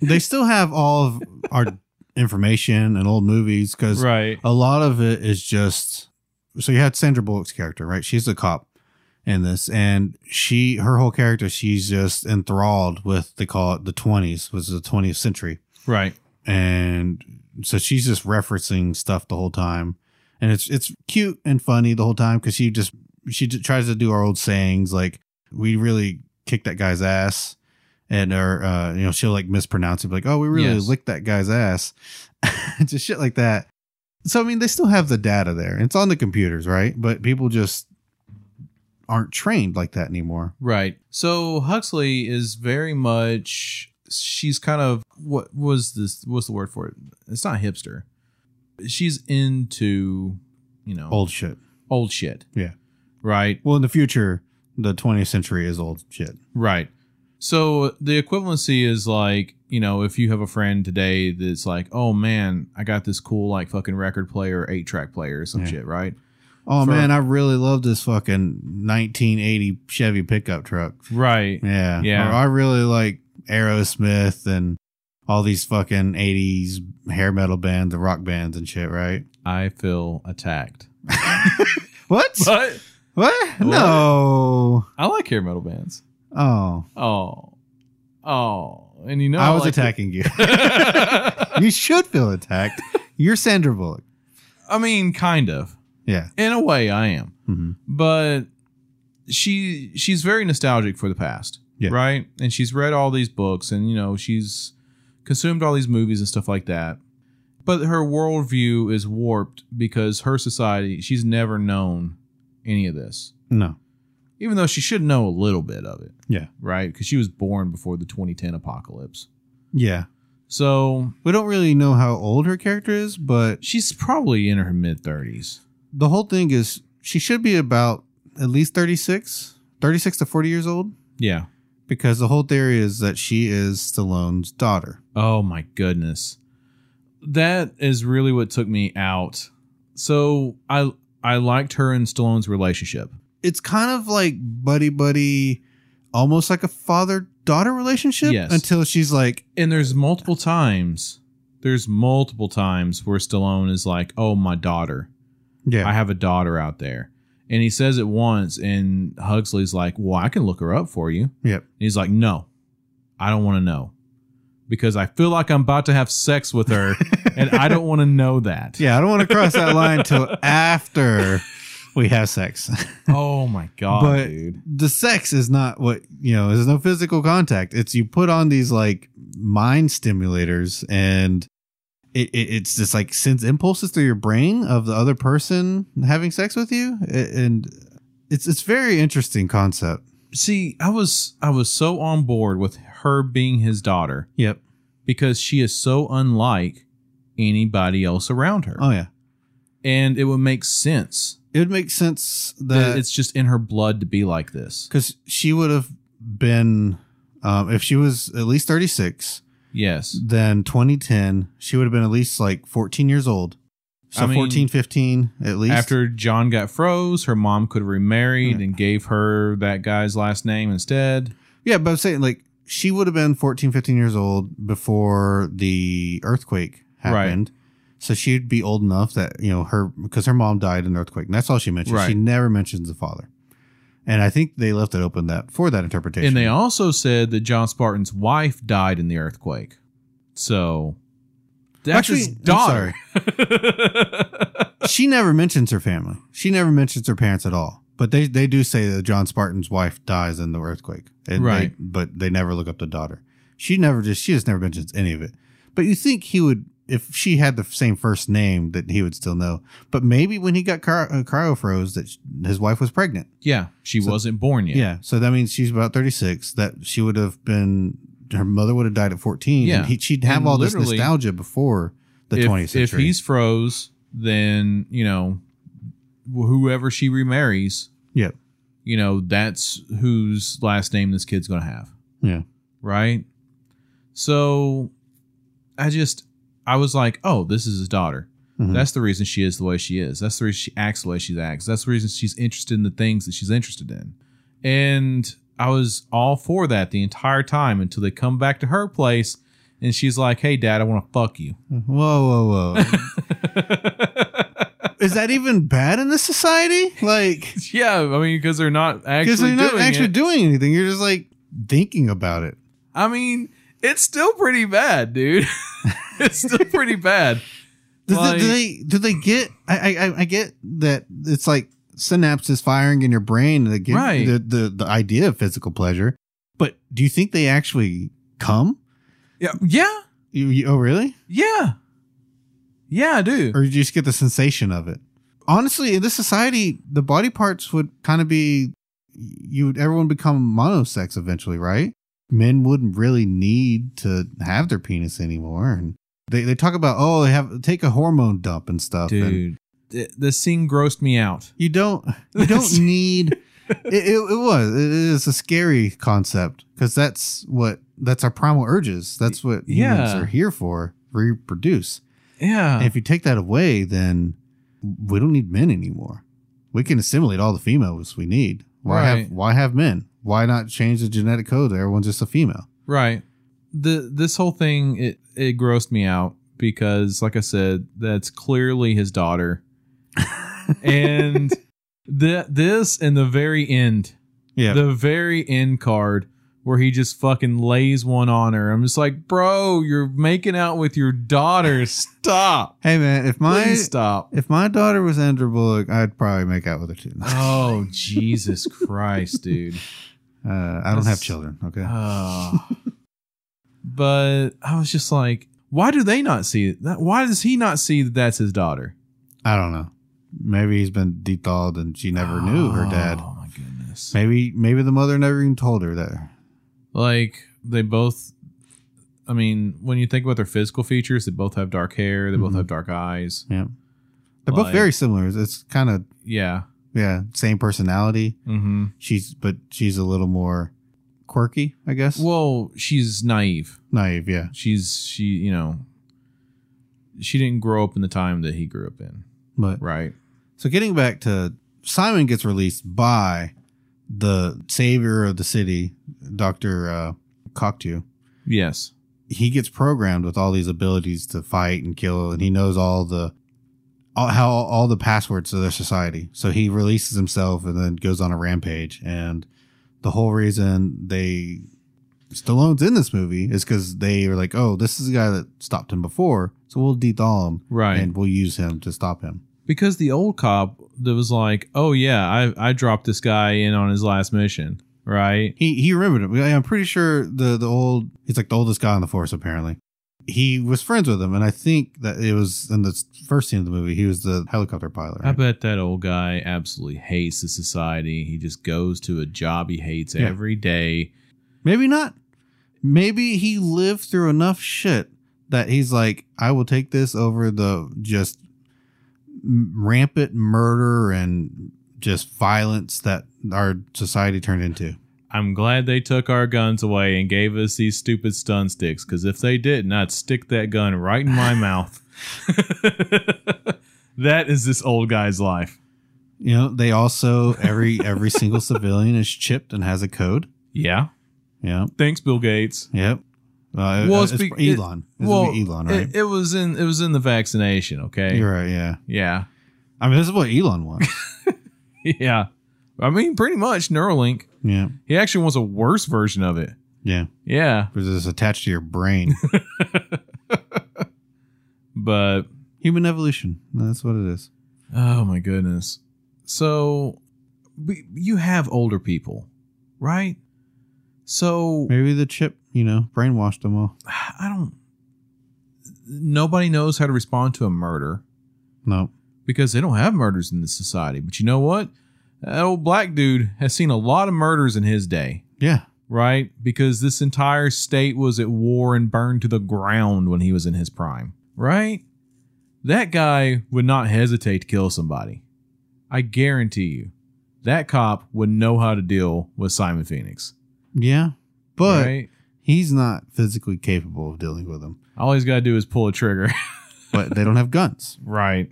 S1: they still have all of our information and old movies because
S2: Right.
S1: a lot of it is just so you had Sandra Bullock's character, right? She's a cop in this, and she her whole character, she's just enthralled with they call it the twenties, was the twentieth century.
S2: Right.
S1: And so she's just referencing stuff the whole time. And it's it's cute and funny the whole time because she just she j- tries to do our old sayings like we really kicked that guy's ass. And or uh, you know she'll like mispronounce it, be like oh we really
S2: Yes.
S1: licked that guy's ass, *laughs* just shit like that. So I mean, they still have the data there. It's on the computers, right? But people just aren't trained like that anymore.
S2: Right. So Huxley is very much she's kind of what was this what's the word for it? It's not hipster. She's into, you know,
S1: Old shit.
S2: old shit.
S1: Yeah.
S2: Right.
S1: Well, in the future, the 20th century is old shit.
S2: Right. So the equivalency is like, you know, if you have a friend today that's like, "Oh man, I got this cool like fucking record player, 8-track player or some
S1: Yeah.
S2: shit," right?
S1: Oh
S2: For-
S1: man, I really love this fucking 1980 Chevy pickup truck.
S2: Right.
S1: Yeah.
S2: Yeah.
S1: Or I really like Aerosmith and all these fucking 80s hair metal bands and rock bands and shit, right? *laughs*
S2: I feel attacked.
S1: What?
S2: But
S1: What?
S2: What?
S1: No.
S2: I like hair metal bands.
S1: Oh.
S2: Oh. Oh. And you know
S1: I was
S2: like
S1: attacking you. *laughs*
S2: *laughs* the-
S1: you should feel attacked. You're Sandra Bullock.
S2: I mean, kind of.
S1: Yeah.
S2: In a way I am.
S1: hmm
S2: But she she's very nostalgic for the past.
S1: Yeah.
S2: Right? And she's read all these books and you know, she's consumed all these movies and stuff like that. But her worldview is warped because her society, she's never known any of this.
S1: No.
S2: even though she should know a little bit of it.
S1: Yeah.
S2: Right? Because she was born before the 2010 apocalypse.
S1: Yeah.
S2: So
S1: We don't really know how old her character is, but
S2: she's probably in her mid 30s.
S1: the whole thing is she should be about at least 36, 36 to 40 years old
S2: Yeah.
S1: because the whole theory is that she is Stallone's daughter.
S2: Oh my goodness. That is really what took me out. So I I liked her and Stallone's relationship.
S1: It's kind of like buddy buddy, almost like a father daughter relationship
S2: Yes.
S1: until she's like,
S2: And there's multiple times. There's multiple times where Stallone is like, "Oh, my daughter.
S1: yeah,
S2: I have a daughter out there." And he says it once and Huxley's like, "Well, I can look her up for you."
S1: yep,
S2: And he's like, No, I don't want to know because I feel like I'm about to have sex
S1: *laughs*
S2: with her and I don't want to know that.
S1: yeah. I don't want to cross that line till after we have sex.
S2: Oh my God,
S1: But-
S2: dude.
S1: the sex is not what you know. There's no physical contact. It's you put on these like mind stimulators, and it, it it's just like sends impulses through your brain of the other person having sex with you, A- and it's it's very interesting concept.
S2: See, I was I was so on board with her being his daughter
S1: Yep.
S2: because she is so unlike anybody else around her.
S1: Oh yeah.
S2: and it would make sense
S1: It would make sense
S2: that
S1: that
S2: it's just in her blood to be like this.
S1: because she would have been um, if she was at least thirty six,
S2: Yes.
S1: then twenty ten, she would have been at least like fourteen years old. So
S2: I mean,
S1: fourteen, fifteen, 14, 15 at least.
S2: After John got froze, her mom could have remarried
S1: Yeah.
S2: and gave her that guy's last name instead.
S1: Yeah, but I'm saying like she would have been 14, 15 years old before the earthquake
S2: Right.
S1: happened. So she'd be old enough that, you know, her because her mom died in an earthquake. And that's all she mentions.
S2: Right.
S1: She never mentions the father. And I think they left it open that for that interpretation.
S2: And they also said that John Spartan's wife died in the earthquake. So that's
S1: Actually,
S2: his
S1: I'm
S2: daughter.
S1: she never mentions her family. She never mentions her parents at all. But they, they do say that John Spartan's wife dies in the earthquake. And they-
S2: Right.
S1: but they never look up the daughter. She never just she just never mentions any of it. But you think he would if she had the same first name that he would still know. But maybe when he got cry- uh, cryo froze that sh- his wife was pregnant.
S2: *laughs* yeah, she
S1: So-
S2: wasn't born
S1: Yeah.
S2: yet.
S1: So that means she's about 36 that she would have been her mother would have died at 14
S2: Yeah.
S1: and he, she'd have
S2: And
S1: all this
S2: literally,
S1: nostalgia before the
S2: if,
S1: 20th century.
S2: If he's froze, then, you know, wh- whoever she remarries,
S1: Yep.
S2: you know, that's whose last name this kid's going to have.
S1: Yeah.
S2: Right? So I just, I was like, oh, this is his daughter.
S1: Mhm.
S2: That's the reason she is the way she is. That's the reason she acts the way she acts. That's the reason she's interested in the things that she's interested in. And I was all for that the entire time until they come back to her place and she's like, hey, dad, I want to fuck you.
S1: Whoa, whoa, whoa. Is that even bad in this society? Like,
S2: *laughs* yeah, I mean, because they're not
S1: because
S2: actually
S1: you're not
S2: doing
S1: actually
S2: it.
S1: doing anything. You're just like thinking about it.
S2: I mean, it's still pretty bad, dude. *laughs* it's still pretty bad.
S1: Do, they, do
S2: Like-
S1: they do they get? I, I- I I get that it's like synapses firing in your brain that give
S2: Right.
S1: the, the the idea of physical pleasure. But do you think they actually come?
S2: Yeah, yeah,
S1: You, you, oh, really?
S2: yeah, yeah. I do.
S1: Or you just get the sensation of it? Honestly, in this society, the body parts would kind of be you would everyone become monosex eventually, right? Men wouldn't really need to have their penis anymore, and they they talk about oh they have take a hormone dump and stuff, and
S2: dude th- the scene grossed
S1: *laughs*
S2: me out
S1: You don't. You
S2: *laughs*
S1: don't need. It, it, it was. It is a scary concept because that's what. That's our primal urges. That's what humans
S2: Yeah.
S1: are here for. Reproduce.
S2: yeah
S1: And if you take that away, then we don't need men anymore. we can assimilate all the females we need. Why have
S2: Right.
S1: why have men? Why not change the genetic code to everyone's just a
S2: *laughs*
S1: female?
S2: Right. The this whole thing it it grossed me out because like I said, that's clearly his daughter.
S1: *laughs*
S2: and the this and the very end,
S1: Yeah.
S2: the very end card where he just fucking lays one on her. I'm just like, "Bro, you're making out with your
S1: *laughs*
S2: daughter. Stop.
S1: hey man, if my
S2: Please stop."
S1: if my daughter was Andrew Bullock, I'd probably make out with her too.
S2: Oh, Jesus Christ, *laughs* dude.
S1: Uh, I don't
S2: That's-
S1: have children. Okay.
S2: Oh. but I was just like, why do they not see it? That- Why does he not see that that's his daughter?
S1: I don't know. Maybe he's been dethawed and she never knew her dad.
S2: Oh my goodness!
S1: Maybe maybe the mother never even told her that.
S2: Like they both. I mean, when you think about their physical features, they both have dark hair. They both
S1: Mhm.
S2: have dark eyes.
S1: They're both
S2: Like-
S1: very similar. It's- It's kind of
S2: Yeah.
S1: yeah, same personality.
S2: Mm-hmm.
S1: She's but she's a little more quirky, I guess.
S2: Well, she's naive.
S1: Naive, yeah.
S2: She's she. You know. She didn't grow up in the time that he grew up in,
S1: But
S2: right?
S1: So getting back to Simon gets released by the savior of the city, Doctor uh, Cocteau.
S2: Yes.
S1: He gets programmed with all these abilities to fight and kill, and he knows all the all, how all the passwords to their society. So he releases himself and then goes on a rampage. And the whole reason they Stallone's in this movie is because they are like, oh, this is the guy that stopped him before, so we'll dethaw him
S2: Right.
S1: and we'll use him to stop him.
S2: because the old cop that was like, "Oh yeah, I I dropped this guy in on his last mission, right?"
S1: He he remembered him. I'm pretty sure the the old he's like the oldest guy on the force apparently. He was friends with him, and I think that it was in the first scene of the movie. He was the helicopter pilot.
S2: I
S1: right?
S2: bet that old guy absolutely hates the society. He just goes to a job he hates
S1: Yeah.
S2: every day.
S1: Maybe not. Maybe he lived through enough shit that he's like, I will take this over the just m- rampant murder and just violence that our society turned into.
S2: I'm glad they took our guns away and gave us these stupid stun sticks because if they didn't, I'd stick that gun right in my mouth. *laughs* that is this old guy's life.
S1: You know, they also every every single civilian is chipped and has a code.
S2: Yeah.
S1: Yeah.
S2: Thanks, Bill Gates.
S1: Yep. Uh,
S2: Well,
S1: well, it's,
S2: speak- it-
S1: Elon. It's gonna be Elon, right?
S2: it, it was in it was in the vaccination. Okay.
S1: You're right. Yeah.
S2: Yeah. *laughs*
S1: I mean, this is what Elon wants.
S2: Yeah. I mean, pretty much Neuralink.
S1: yeah.
S2: He actually wants a worse version of it.
S1: Yeah.
S2: Yeah.
S1: Because it's attached to your
S2: *laughs*
S1: brain.
S2: But,
S1: Human evolution. That's what it is.
S2: oh my goodness. So, but you have older people, right? So,
S1: Maybe the chip, you know, brainwashed them all.
S2: I don't. Nobody knows how to respond to a murder
S1: No.
S2: because they don't have murders in this society. But you know what? That old black dude has seen a lot of murders in his day.
S1: Yeah.
S2: right? Because this entire state was at war and burned to the ground when he was in his prime, right? That guy would not hesitate to kill somebody. I guarantee you, that cop would know how to deal with Simon Phoenix.
S1: Yeah. But
S2: right?
S1: he's not physically capable of dealing with them.
S2: all he's got to do is pull a trigger, *laughs*
S1: But they don't have guns.
S2: right?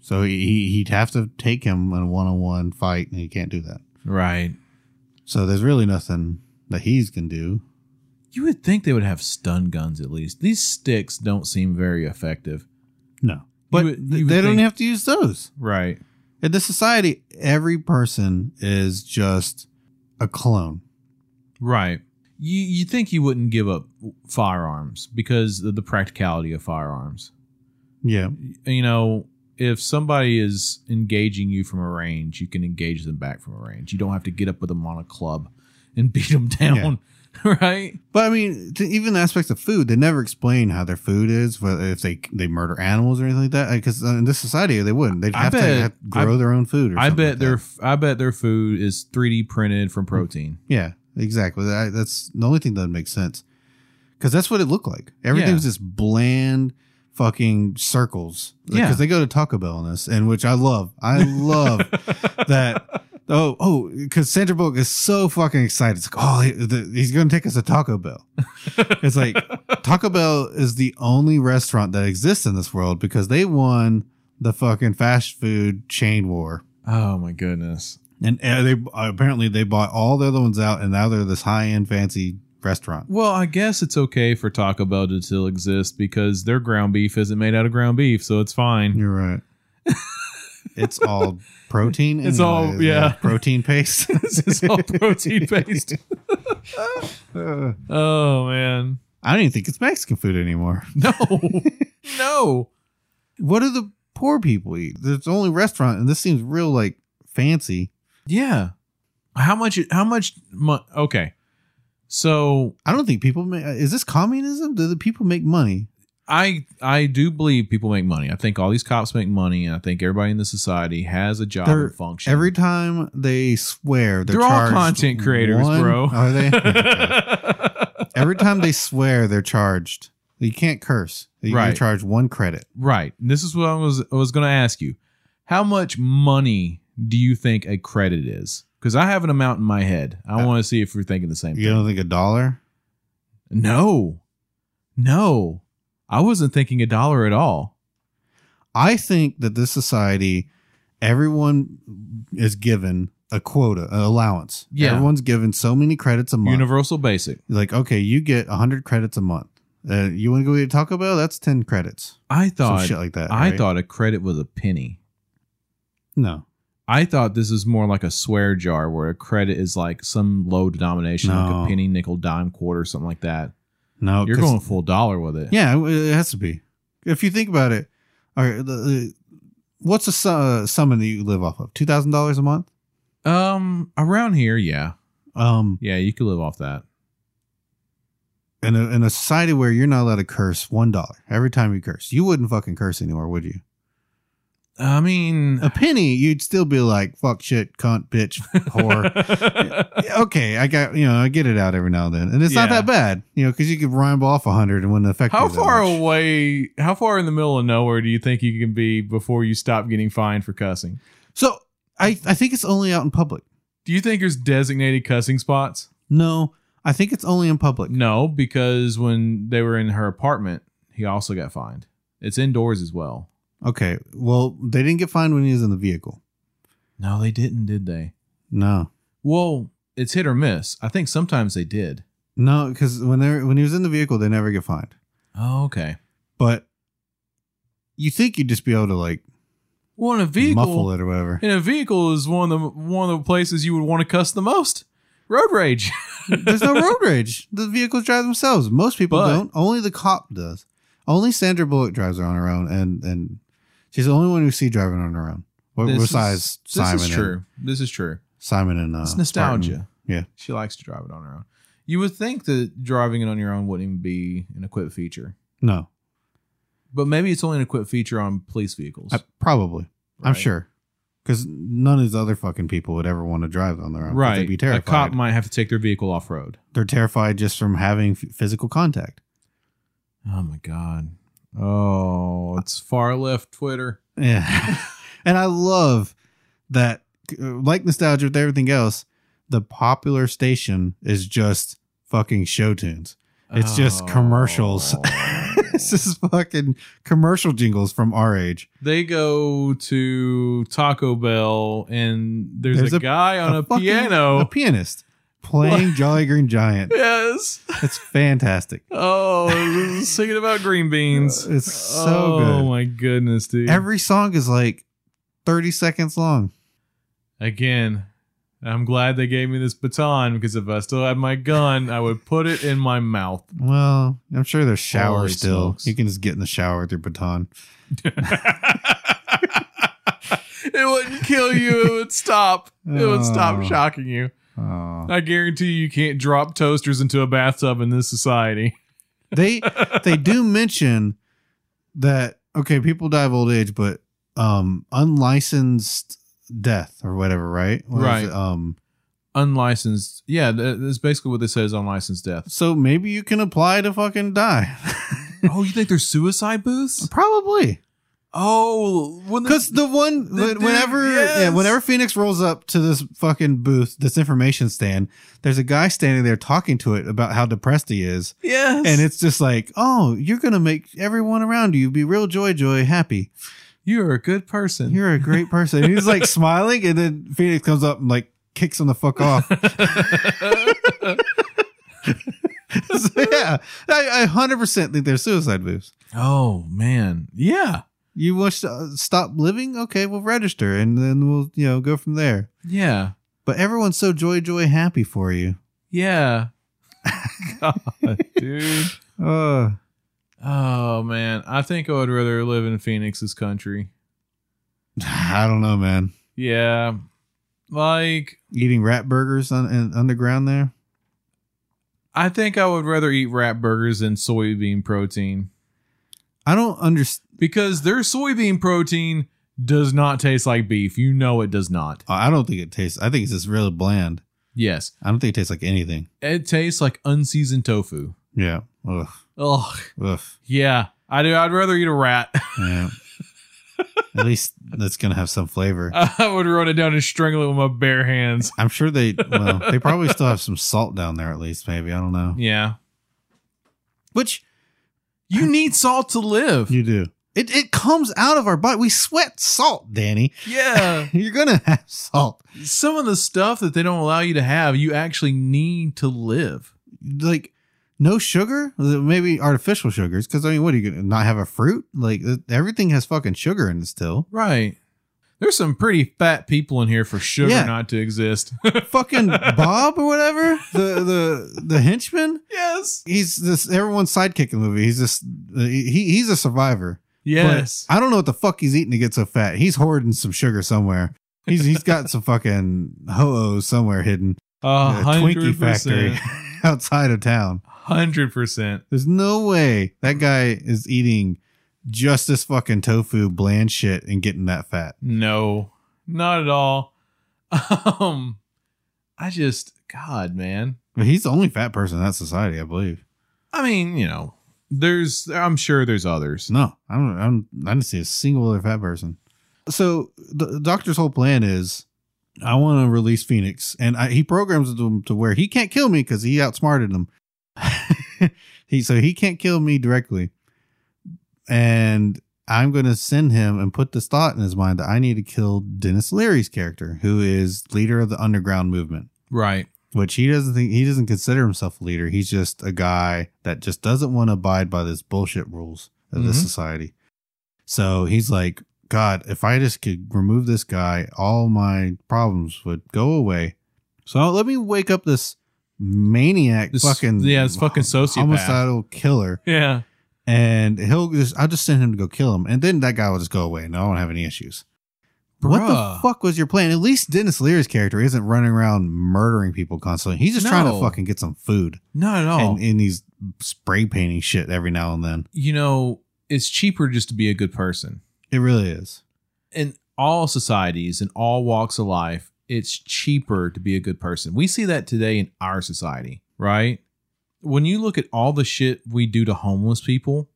S1: So he, he- he'd have to take him in a one on one fight, and he can't do that.
S2: Right.
S1: So there's really nothing that he's going to do.
S2: You would think they would have stun guns at least. These sticks don't seem very effective.
S1: No. But
S2: would- you would
S1: they don't
S2: think-
S1: have to use those.
S2: Right.
S1: In this society, every person is just a clone.
S2: Right. You you think you wouldn't give up firearms because of the practicality of firearms.
S1: Yeah.
S2: you know, if somebody is engaging you from a range, you can engage them back from a range. You don't have to get up with them on a club and *laughs* beat them down, right?
S1: But I mean, to even the aspects of food, they never explain how their food is, whether if they they murder animals or anything like that. Because in this society, they wouldn't. They'd
S2: I
S1: have, to
S2: bet-
S1: have to grow their own food. Or
S2: I
S1: something
S2: bet
S1: like
S2: their
S1: that.
S2: f- I bet their food is 3D printed from protein. *laughs*
S1: Yeah, exactly. That- that's the only thing that makes sense. Because that's what it looked like. Everything
S2: Yeah.
S1: was just bland fucking circles.
S2: Yeah.
S1: Because they go to Taco Bell in this, and which I love. I love
S2: *laughs*
S1: that oh oh because Sandra Bullock is so fucking excited. It's like oh he- the, he's going to take us to Taco
S2: *laughs*
S1: Bell. it's like Taco Bell is the only restaurant that exists in this world because they won the fucking fast food chain war.
S2: Oh my goodness.
S1: And uh, they apparently they bought all the other ones out, and now they're this high end fancy restaurant.
S2: Well, I guess it's okay for Taco Bell to still exist because their ground beef isn't made out of ground beef, so
S1: *laughs*
S2: it's fine. *laughs*
S1: You're right. it's all protein.
S2: It's all-
S1: anyways,
S2: yeah.
S1: protein
S2: *laughs*
S1: paste.
S2: This
S1: *laughs*
S2: is all protein based.
S1: Uh,
S2: Oh man.
S1: I don't even think it's Mexican food anymore. *laughs*
S2: No. no.
S1: What do the poor people eat? There's only restaurant, and this seems real like fancy.
S2: Yeah. How much how much mo- okay. So
S1: I don't think people make. Is this communism? Do the people make money?
S2: I I do believe people make money. I think all these cops make money, and I think everybody in the society has a job
S1: They're-
S2: and function. *laughs*
S1: Every *laughs* time they swear, they're,
S2: They're all
S1: charged
S2: content creators,
S1: one-
S2: bro.
S1: *laughs* Are
S2: *laughs*
S1: they? Every time they swear, they're charged. You can't curse. You
S2: Right.
S1: can charge one credit.
S2: right. And This is what I was I was going to ask you. How much money do you think a credit is? Because I have an amount in my head. I
S1: Uh,
S2: want to see if you're thinking the same
S1: You
S2: thing.
S1: don't think a dollar?
S2: No, no, I wasn't thinking a dollar at all.
S1: I think that this society, everyone is given a quota, an allowance.
S2: Yeah.
S1: Everyone's given so many credits a month.
S2: Universal basic.
S1: like, okay, you get 100 credits a month. Uh, you want to go eat a Taco Bell? That's 10 credits.
S2: I
S1: Some
S2: thought
S1: shit like that.
S2: I
S1: right?
S2: thought a credit was a penny.
S1: No.
S2: I thought this is more like a swear jar where a credit is like some low denomination, like
S1: No.
S2: a penny, nickel, dime, quarter, something like that.
S1: No.
S2: You're
S1: 'cause-
S2: going full dollar with it.
S1: Yeah, it has to be. If you think about it, all right, the, the, what's a su- uh, sum that you live off of? $2,000 a month?
S2: Um, around here, yeah,
S1: Um,
S2: yeah, you could live off that.
S1: in a, in a society where you're not allowed to curse one dollar every time you curse you wouldn't fucking curse anymore would you
S2: I mean,
S1: a penny you'd still be like fuck shit cunt bitch
S2: *laughs*
S1: whore okay i got you know i get it out every now and then and it's not
S2: Yeah.
S1: that bad you know because you could rhyme off a hundred and wouldn't affect
S2: how
S1: you that
S2: far
S1: much.
S2: away? How far in the middle of nowhere do you think you can be before you stop getting fined for cussing?
S1: so i i think it's only out in public
S2: Do you think there's designated cussing spots?
S1: no i think it's only in public
S2: No, because when they were in her apartment, he also got fined. It's indoors as well.
S1: okay well they didn't get fined when he was in the vehicle
S2: No, they didn't, did they?
S1: no
S2: Well, it's hit or miss. I think sometimes they did.
S1: no because when they're when he was in the vehicle they never get fined
S2: Oh, okay.
S1: but you think you'd just be able to like
S2: Well, in a
S1: muffle
S2: vehicle,
S1: it or whatever
S2: in a vehicle is one of the one of the places you would want to cuss the most. Road rage. *laughs*
S1: There's no road rage. The vehicles drive themselves. Most people
S2: But-
S1: don't. Only the cop does. Only Sandra Bullock drives her on her own, and and she's the only one we see driving on her own. What,
S2: This is-
S1: besides Simon?
S2: This is
S1: and-
S2: true. This is true.
S1: Simon and uh,
S2: it's nostalgia.
S1: Spartan. Yeah.
S2: She likes to drive it on her own. You would think that driving it on your own wouldn't even be an equipped feature,
S1: No,
S2: but maybe it's only an equipped feature on police vehicles.
S1: I, probably. I'm
S2: right?
S1: sure because none of these other fucking people would ever want to drive on their own. 'cause
S2: Right.
S1: They'd be
S2: a cop
S1: terrified.
S2: might have to take their vehicle off road.
S1: They're terrified just from having f- physical contact.
S2: Oh my god. Oh, it's far left Twitter.
S1: Yeah. *laughs* and I love that, uh, like nostalgia with everything else, the popular station is just fucking show tunes. It's
S2: Oh.
S1: just commercials. *laughs* it's just fucking commercial jingles from our age.
S2: they go to Taco Bell and there's,
S1: There's
S2: a,
S1: a-
S2: guy on a,
S1: fucking- A
S2: *laughs* piano.
S1: pianist playing Jolly Green
S2: *laughs*
S1: Giant.
S2: yes.
S1: It's fantastic.
S2: Oh, singing about green beans.
S1: *laughs* It's so
S2: Oh
S1: good.
S2: my goodness, dude.
S1: Every song is like 30 seconds long.
S2: Again, I'm glad they gave me this baton because if I still had my gun, I would put it in my mouth. *laughs*
S1: Well, I'm sure there's shower
S2: Holy
S1: still.
S2: smokes.
S1: You can just get in the shower with your baton.
S2: it wouldn't kill you. It would stop. It would stop
S1: Oh.
S2: shocking you.
S1: Oh.
S2: I guarantee you, you can't drop toasters into a bathtub in this society.
S1: they they
S2: *laughs*
S1: do mention that okay, people die of old age, but um unlicensed death or whatever, right? What is
S2: Right.
S1: it? Um
S2: Unlicensed. Yeah, th- that's basically what they say is unlicensed death.
S1: so maybe you can apply to fucking die. *laughs*
S2: oh, you think there's suicide booths?
S1: Probably.
S2: Oh, when
S1: *laughs* Cuz the one
S2: The
S1: when-
S2: dude-
S1: whenever yeah,
S2: yes.
S1: whenever Phoenix rolls up to this fucking booth, this information stand, there's a guy standing there talking to it about how depressed he is.
S2: yes,
S1: And it's just like, "Oh, you're going to make everyone around you be real joy joy happy."
S2: You're a good person. *laughs*
S1: You're a great person. And he's like smiling, and then Phoenix comes up and like kicks him the fuck off.
S2: *laughs*
S1: *laughs* So, yeah, I, I 100% think they're suicide moves.
S2: oh man, yeah,
S1: You wish to uh, stop living? Okay, we'll register and then we'll, you know, go from there.
S2: yeah,
S1: But everyone's so joy, joy, happy for you.
S2: yeah. *laughs* God, dude.
S1: Uh,
S2: Oh man, I think I would rather live in Phoenix's country.
S1: *sighs* I don't know, man.
S2: Yeah, like
S1: Eating rat burgers on, in, underground there?
S2: I think I would rather eat rat burgers than soybean protein
S1: I don't understand.
S2: because their soybean protein does not taste like beef. You know it does not.
S1: I don't think it tastes. I think it's just really bland.
S2: Yes,
S1: I don't think it tastes like anything.
S2: it tastes like unseasoned tofu.
S1: Yeah. Ugh.
S2: Ugh.
S1: Ugh.
S2: Yeah, I do. I'd rather eat a rat.
S1: Yeah. At least that's gonna have some flavor.
S2: *laughs* I would run it down and strangle it with my bare hands.
S1: I'm sure they. Well, they probably still have some salt down there. At least, maybe I don't know.
S2: Yeah,
S1: Which
S2: you need salt to live.
S1: you do. It it comes out of our body. We sweat salt, Danny. *laughs*
S2: Yeah.
S1: You're gonna have salt.
S2: some of the stuff that they don't allow you to have, you actually need to live.
S1: Like no sugar. Maybe artificial sugars. Because I mean, what are you gonna not have a fruit? Like everything has fucking sugar in it *laughs* still.
S2: Right. There's some pretty fat people in here for sugar
S1: Yeah.
S2: not to exist. *laughs*
S1: fucking Bob or whatever the the the henchman.
S2: yes.
S1: He's this everyone's sidekick in the movie. He's this he he's a survivor. But
S2: Yes.
S1: I don't know what the fuck he's eating to get so fat. He's hoarding some sugar somewhere. He's he's got some fucking ho-ohs somewhere hidden.
S2: A
S1: at a Twinkie
S2: hundred
S1: factory
S2: percent.
S1: *laughs* outside of town.
S2: Hundred percent.
S1: There's no way that guy is eating just this fucking tofu bland shit and getting that fat.
S2: No, not at all. *laughs* Um, I just, God, man.
S1: But he's the only fat person in that society, I believe.
S2: I mean, you know, there's, I'm sure there's others.
S1: No, I don't. I, don't, I didn't see a single other fat person. So the the doctor's whole plan is, I want to release Phoenix, and I, he programs him to where he can't kill me because he outsmarted him. *laughs* he so he can't kill me directly, and I'm going to send him and put this thought in his mind that I need to kill Dennis Leary's character, who is leader of the underground movement.
S2: Right.
S1: Which he doesn't think he doesn't consider himself a leader. He's just a guy that just doesn't want to abide by this bullshit rules of this
S2: Mhm.
S1: society. So he's like, God, if I just could remove this guy, all my problems would go away. So let me wake up this maniac,
S2: This-
S1: fucking
S2: yeah, this fucking sociopath.
S1: homicidal killer,
S2: Yeah.
S1: and he'll just I'll just send him to go kill him, and then that guy will just go away, and I won't have any issues. What the
S2: Bruh.
S1: fuck was your plan? At least Dennis Leary's character isn't running around murdering people constantly. He's just trying to
S2: No.
S1: fucking get some food,
S2: Not at all.
S1: and, and he's spray painting shit every now and then.
S2: you know, it's cheaper just to be a good person.
S1: It really is.
S2: In all societies, in all walks of life, it's cheaper to be a good person. We see that today in our society, right? When you look at all the shit we do to homeless people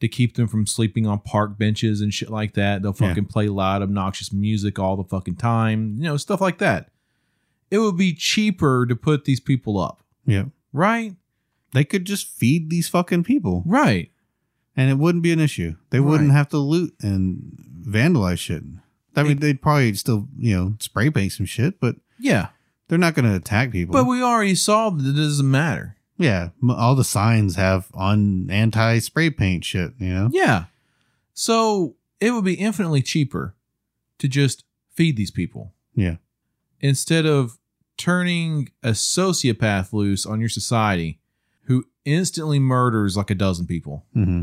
S2: to keep them from sleeping on park benches and shit like that, they'll
S1: Yeah.
S2: fucking play loud, obnoxious music all the fucking time, you know, stuff like that. It would be cheaper to put these people up,
S1: Yeah.
S2: right?
S1: They could just feed these fucking people
S2: Right.
S1: and it wouldn't be an issue. They wouldn't
S2: Right.
S1: have to loot and vandalize shit. I mean, they'd probably still, you know, spray paint some shit, but
S2: Yeah.
S1: they're not going to attack people.
S2: But we already saw that it doesn't matter.
S1: yeah, m- all the signs have on anti spray paint shit, you know?
S2: Yeah. So it would be infinitely cheaper to just feed these people.
S1: Yeah.
S2: Instead of turning a sociopath loose on your society who instantly murders like a dozen people.
S1: Mm-hmm.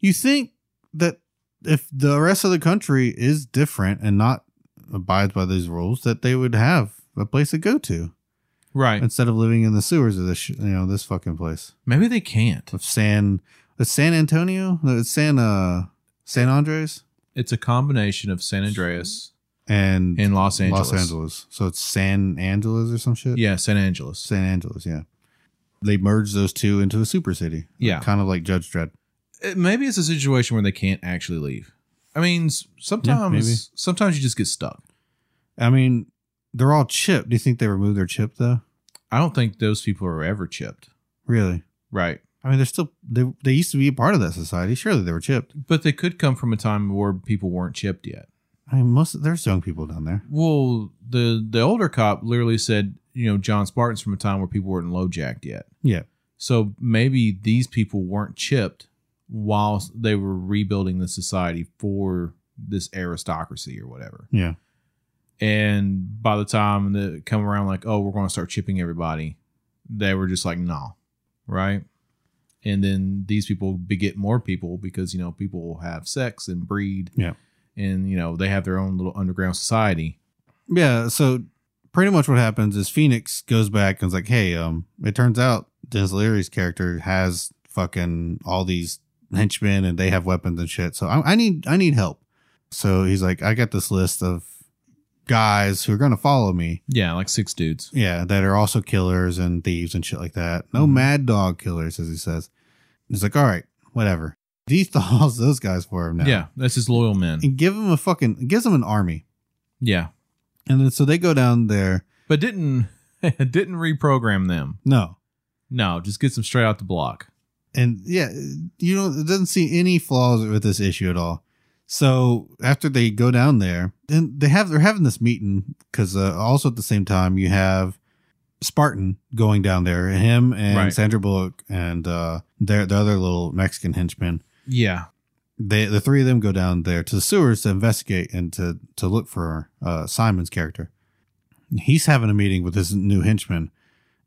S1: You think that if the rest of the country is different and not abides by these rules, that they would have a place to go to
S2: Right.
S1: instead of living in the sewers of this, sh- you know, this fucking place.
S2: Maybe they can't.
S1: of San it's San Antonio, no, it's San uh San Andres
S2: It's a combination of San Andreas
S1: and
S2: and Los Angeles.
S1: Los Angeles. So it's San Angeles or some shit.
S2: Yeah, San Angeles.
S1: San Angeles. Yeah, they merged those two into a super city.
S2: Yeah.
S1: kind of like Judge Dredd.
S2: It- maybe it's a situation where they can't actually leave. I mean, s- sometimes
S1: maybe.
S2: sometimes you just get stuck.
S1: I mean, they're all chipped. Do you think they removed their chip though?
S2: I don't think those people are ever chipped.
S1: Really?
S2: Right.
S1: I mean, they're still they they used to be a part of that society. Surely they were chipped.
S2: But they could come from a time where people weren't chipped yet.
S1: I mean, most there's young people down there.
S2: Well, the the older cop literally said, you know, John Spartan's from a time where people weren't lowjacked yet.
S1: Yeah.
S2: So maybe these people weren't chipped while they were rebuilding the society for this aristocracy or whatever.
S1: Yeah.
S2: And by the time they come around, like, oh, we're going to start chipping everybody, they were just like, no, right? And then these people beget more people because you know people have sex and breed,
S1: Yeah.
S2: and you know they have their own little underground society.
S1: Yeah. So pretty much what happens is Phoenix goes back and is like, hey, um, it turns out Dennis Leary's character has fucking all these henchmen and they have weapons and shit. So I, I need I need help. So he's like, I got this list of guys who are gonna follow me.
S2: Yeah, like six dudes.
S1: Yeah, that are also killers and thieves and shit like that. No
S2: Mhm.
S1: mad dog killers, as he says. He's like, all right, whatever. *laughs* He thaws those guys for him now.
S2: Yeah, that's his loyal men.
S1: And give him a fucking gives him an army.
S2: Yeah,
S1: And then so they go down there.
S2: but didn't *laughs* didn't reprogram them.
S1: No,
S2: No, just gets them straight out the block.
S1: and yeah, you don't it doesn't see any flaws with this issue at all. So after they go down there, then they have they're having this meeting because uh, also at the same time you have Spartan going down there, him and
S2: Right.
S1: Sandra Bullock and uh, their the other little Mexican henchman.
S2: Yeah,
S1: They the three of them go down there to the sewers to investigate and to to look for uh, Simon's character. He's having a meeting with his new henchman,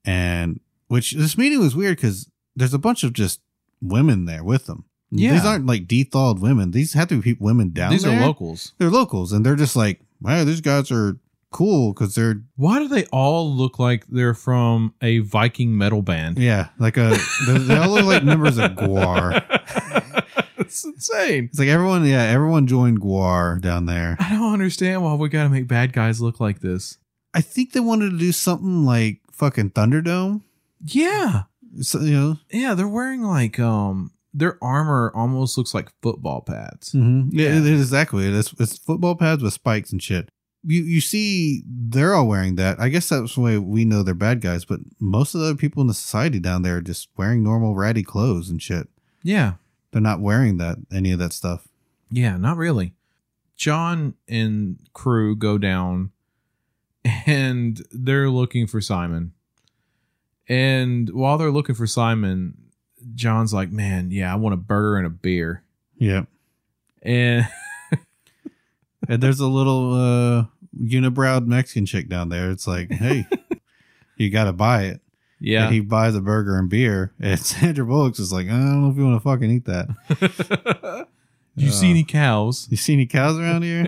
S1: and which this meeting was weird because there's a bunch of just women there with them.
S2: Yeah.
S1: These aren't like thawed women. These have to be people, women down
S2: these
S1: there.
S2: are locals.
S1: They're locals, and they're just like, wow, these guys are cool because they're
S2: Why do they all look like they're from a Viking metal band?
S1: yeah, like a they they all look like members of
S2: *laughs*
S1: Guar.
S2: it's insane.
S1: It's like everyone, yeah, everyone joined Guar down there.
S2: I don't understand why we got to make bad guys look like this.
S1: I think they wanted to do something like fucking Thunderdome.
S2: Yeah,
S1: So, you know,
S2: yeah, they're wearing like um, their armor almost looks like football pads.
S1: yeah,
S2: Mm-hmm. Yeah.
S1: it is exactly. It's, it's football pads with spikes and shit. You you see, they're all wearing that. I guess that's the way we know they're bad guys. But most of the other people in the society down there are just wearing normal ratty clothes and shit.
S2: Yeah,
S1: They're not wearing that any of that stuff.
S2: Yeah, not really. John and crew go down *laughs* and they're looking for Simon. And while they're looking for Simon, John's like, "Man, yeah, I want a burger and a beer."
S1: Yeah,
S2: And *laughs*
S1: and there's a little uh, unibrowed Mexican chick down there. It's like,
S2: *laughs*
S1: hey, you got to buy it.
S2: yeah.
S1: And he buys a burger and beer, and *laughs* Sandra Bullock's is like, I don't know if you want to fucking eat that.
S2: Do *laughs* you see any cows?
S1: You see any cows around here?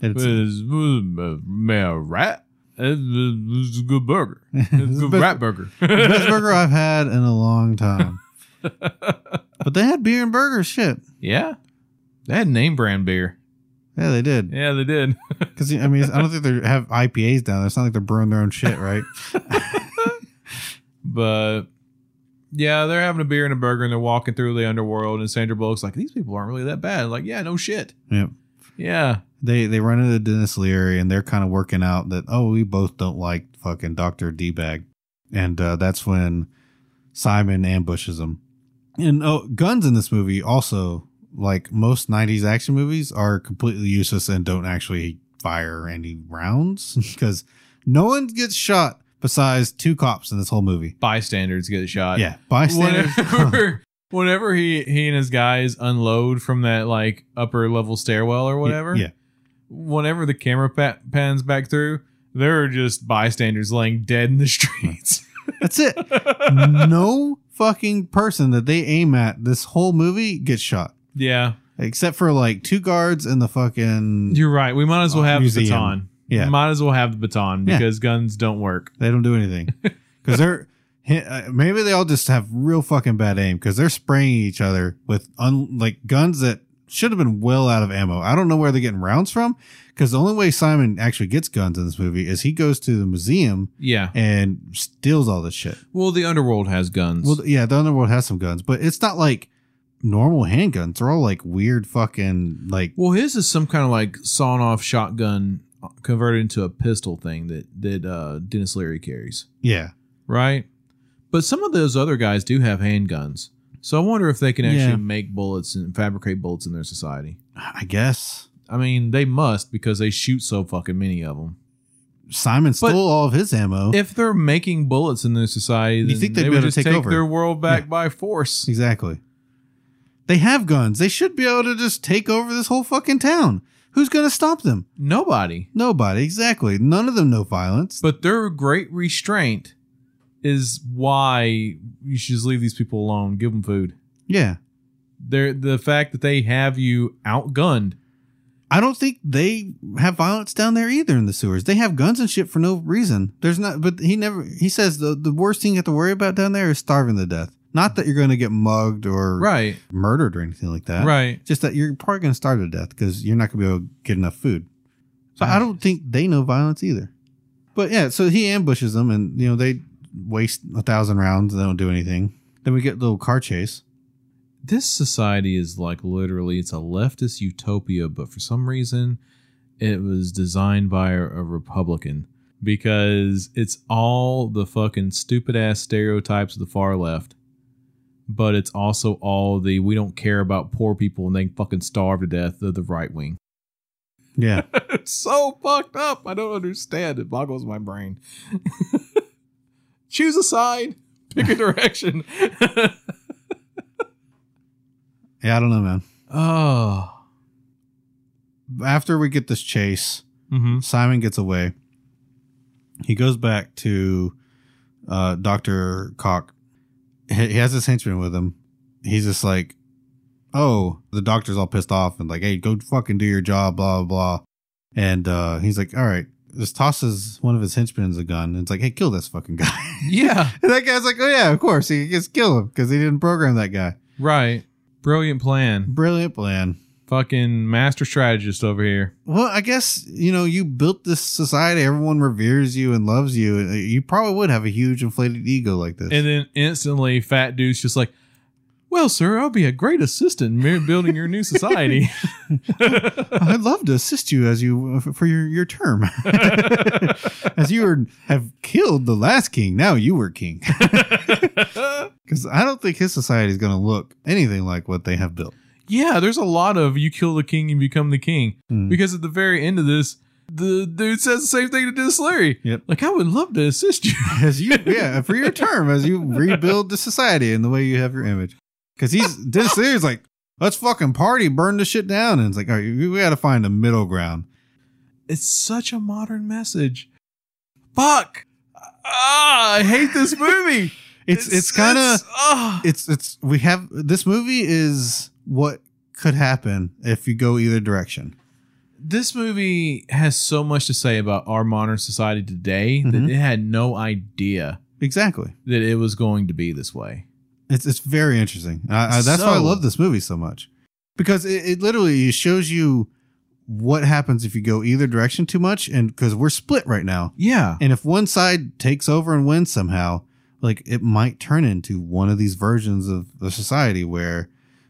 S1: And *laughs* it's,
S2: Is- "Mm, May I rat? It's a
S1: *laughs*
S2: good burger. It's a good rat burger. *laughs*
S1: best burger I've had in a long time. but they had beer and burgers. Shit.
S2: yeah. They had name brand beer.
S1: Yeah, they did.
S2: Yeah, they did.
S1: Because I mean, I don't think they have IPAs down there. It's not like they're brewing their own shit, right?
S2: But yeah, they're having a beer and a burger and they're walking through the underworld. And Sandra Bullock's like, these people aren't really that bad. Like, yeah, no shit.
S1: Yep.
S2: Yeah.
S1: They they run into Dennis Leary and they're kind of working out that oh we both don't like fucking Doctor D bag, and uh, that's when Simon ambushes him. And oh, guns in this movie also like most '90s action movies are completely useless and don't actually fire any rounds because no one gets shot besides two cops in this whole movie.
S2: Bystanders get shot.
S1: Yeah, bystanders.
S2: *laughs*
S1: *laughs*
S2: Whenever, *laughs* whenever he, he and his guys unload from that like upper level stairwell or whatever,
S1: Yeah,
S2: whenever the camera pa- pans back through, there are just bystanders laying dead in
S1: *laughs*
S2: the *laughs* streets.
S1: that's it. no fucking person that they aim at this whole movie gets shot.
S2: yeah.
S1: except for like two guards and the fucking
S2: You're right. We might as well
S1: Uh,
S2: have
S1: museum.
S2: the baton.
S1: Yeah.
S2: Might as well have the baton
S1: Yeah.
S2: because guns don't work.
S1: they don't do
S2: *laughs*
S1: anything because they're hi- uh, maybe they all just have real fucking bad aim because they're spraying each other with un, like guns that should have been well out of ammo. I don't know where they're getting rounds from because the only way Simon actually gets guns in this movie is he goes to the museum
S2: Yeah.
S1: and steals all this shit.
S2: Well, the underworld has guns.
S1: Well, yeah, the underworld has some guns, but it's not like normal handguns. They're all like weird fucking like
S2: Well, his is some kind of like sawn off shotgun converted into a pistol thing that that uh, Dennis Leary uh, carries,
S1: yeah.
S2: right? But some of those other guys do have handguns. So I wonder if they can actually
S1: Yeah.
S2: make bullets and fabricate bullets in their society.
S1: I guess
S2: I mean, they must because they shoot so fucking many of them.
S1: Simon stole all of his ammo.
S2: If they're making bullets in their society,
S1: You
S2: then
S1: think they'd
S2: they
S1: be
S2: would
S1: able to
S2: just
S1: take
S2: take,
S1: over.
S2: their world back
S1: Yeah.
S2: by force.
S1: exactly. They have guns. They should be able to just take over this whole fucking town. Who's going to stop them?
S2: Nobody.
S1: Nobody. Exactly. None of them know violence.
S2: But their great restraint is why you should just leave these people alone. Give them food.
S1: yeah.
S2: They're, the fact that they have you outgunned.
S1: I don't think they have violence down there either in the sewers. They have guns and shit for no reason. There's not, but he never, he says the, the worst thing you have to worry about down there is starving to death. Not that you're going to get mugged or
S2: Right.
S1: murdered or anything like that.
S2: Right.
S1: Just that you're probably going to starve to death because you're not going to be able to get enough food. So I
S2: Right.
S1: don't think they know violence either. But yeah, so he ambushes them and, you know, they waste a thousand rounds. They don't do anything. Then we get a little car chase.
S2: this society is like literally it's a leftist utopia but for some reason it was designed by a, a republican because it's all the fucking stupid ass stereotypes of the far left but it's also all the we don't care about poor people and they fucking starve to death of the right wing *laughs*
S1: Yeah.
S2: it's so fucked up i don't understand it boggles my brain *laughs* choose a side pick a direction *laughs*
S1: yeah, I don't know, man.
S2: oh
S1: After we get this chase,
S2: mm-hmm.
S1: Simon gets away. He goes back to uh, Dr. Cock. He he has his henchman with him. He's just like, oh, the doctor's all pissed off and like, hey, go fucking do your job, blah, blah, blah. And uh, he's like, all right. Just tosses one of his henchmen a gun and it's like, hey, kill this fucking guy. *laughs*
S2: yeah
S1: and that guy's like, oh, yeah, of course. He just kill him because he didn't program that guy.
S2: Right. Brilliant plan.
S1: Brilliant plan.
S2: Fucking master strategist over here.
S1: Well, I guess you know you built this society. Everyone reveres you and loves you. and You probably would have a huge inflated ego like this.
S2: And then instantly, fat dude's just like, well, sir, I'll be a great assistant in mir- building your
S1: *laughs*
S2: new society.
S1: *laughs* I'd love to assist you as you uh, for your your term, *laughs* as you were, have killed the last king. Now you were king, *laughs* because I don't think his society is going to look anything like what they have built.
S2: yeah, there's a lot of you kill the king and become the king.
S1: Mm.
S2: Because at the very end of this, the dude says the same thing to Dennis Leary.
S1: Yep.
S2: Like, I would love to assist you.
S1: *laughs*
S2: *laughs*
S1: As you, yeah, for your term, as you rebuild the society and the way you have your image, because he's Dennis Leary's like, let's fucking party, burn the shit down, and it's like, all right, we got to find a middle ground.
S2: It's such a modern message. Fuck. Ah, I hate this movie.
S1: It's it's, kind of
S2: it's- ah.
S1: it's it's we have this movie is what could happen if you go either direction.
S2: this movie has so much to say about our modern society today
S1: Mhm.
S2: that it had no idea
S1: Exactly.
S2: that it was going to be this way.
S1: It's it's very interesting. I, I, that's why I
S2: So-
S1: love this movie so much because it, it literally shows you what happens if you go either direction too much, and because we're split right now,
S2: Yeah.
S1: and if one side takes over and wins somehow, like it might turn into one of these versions of the society where.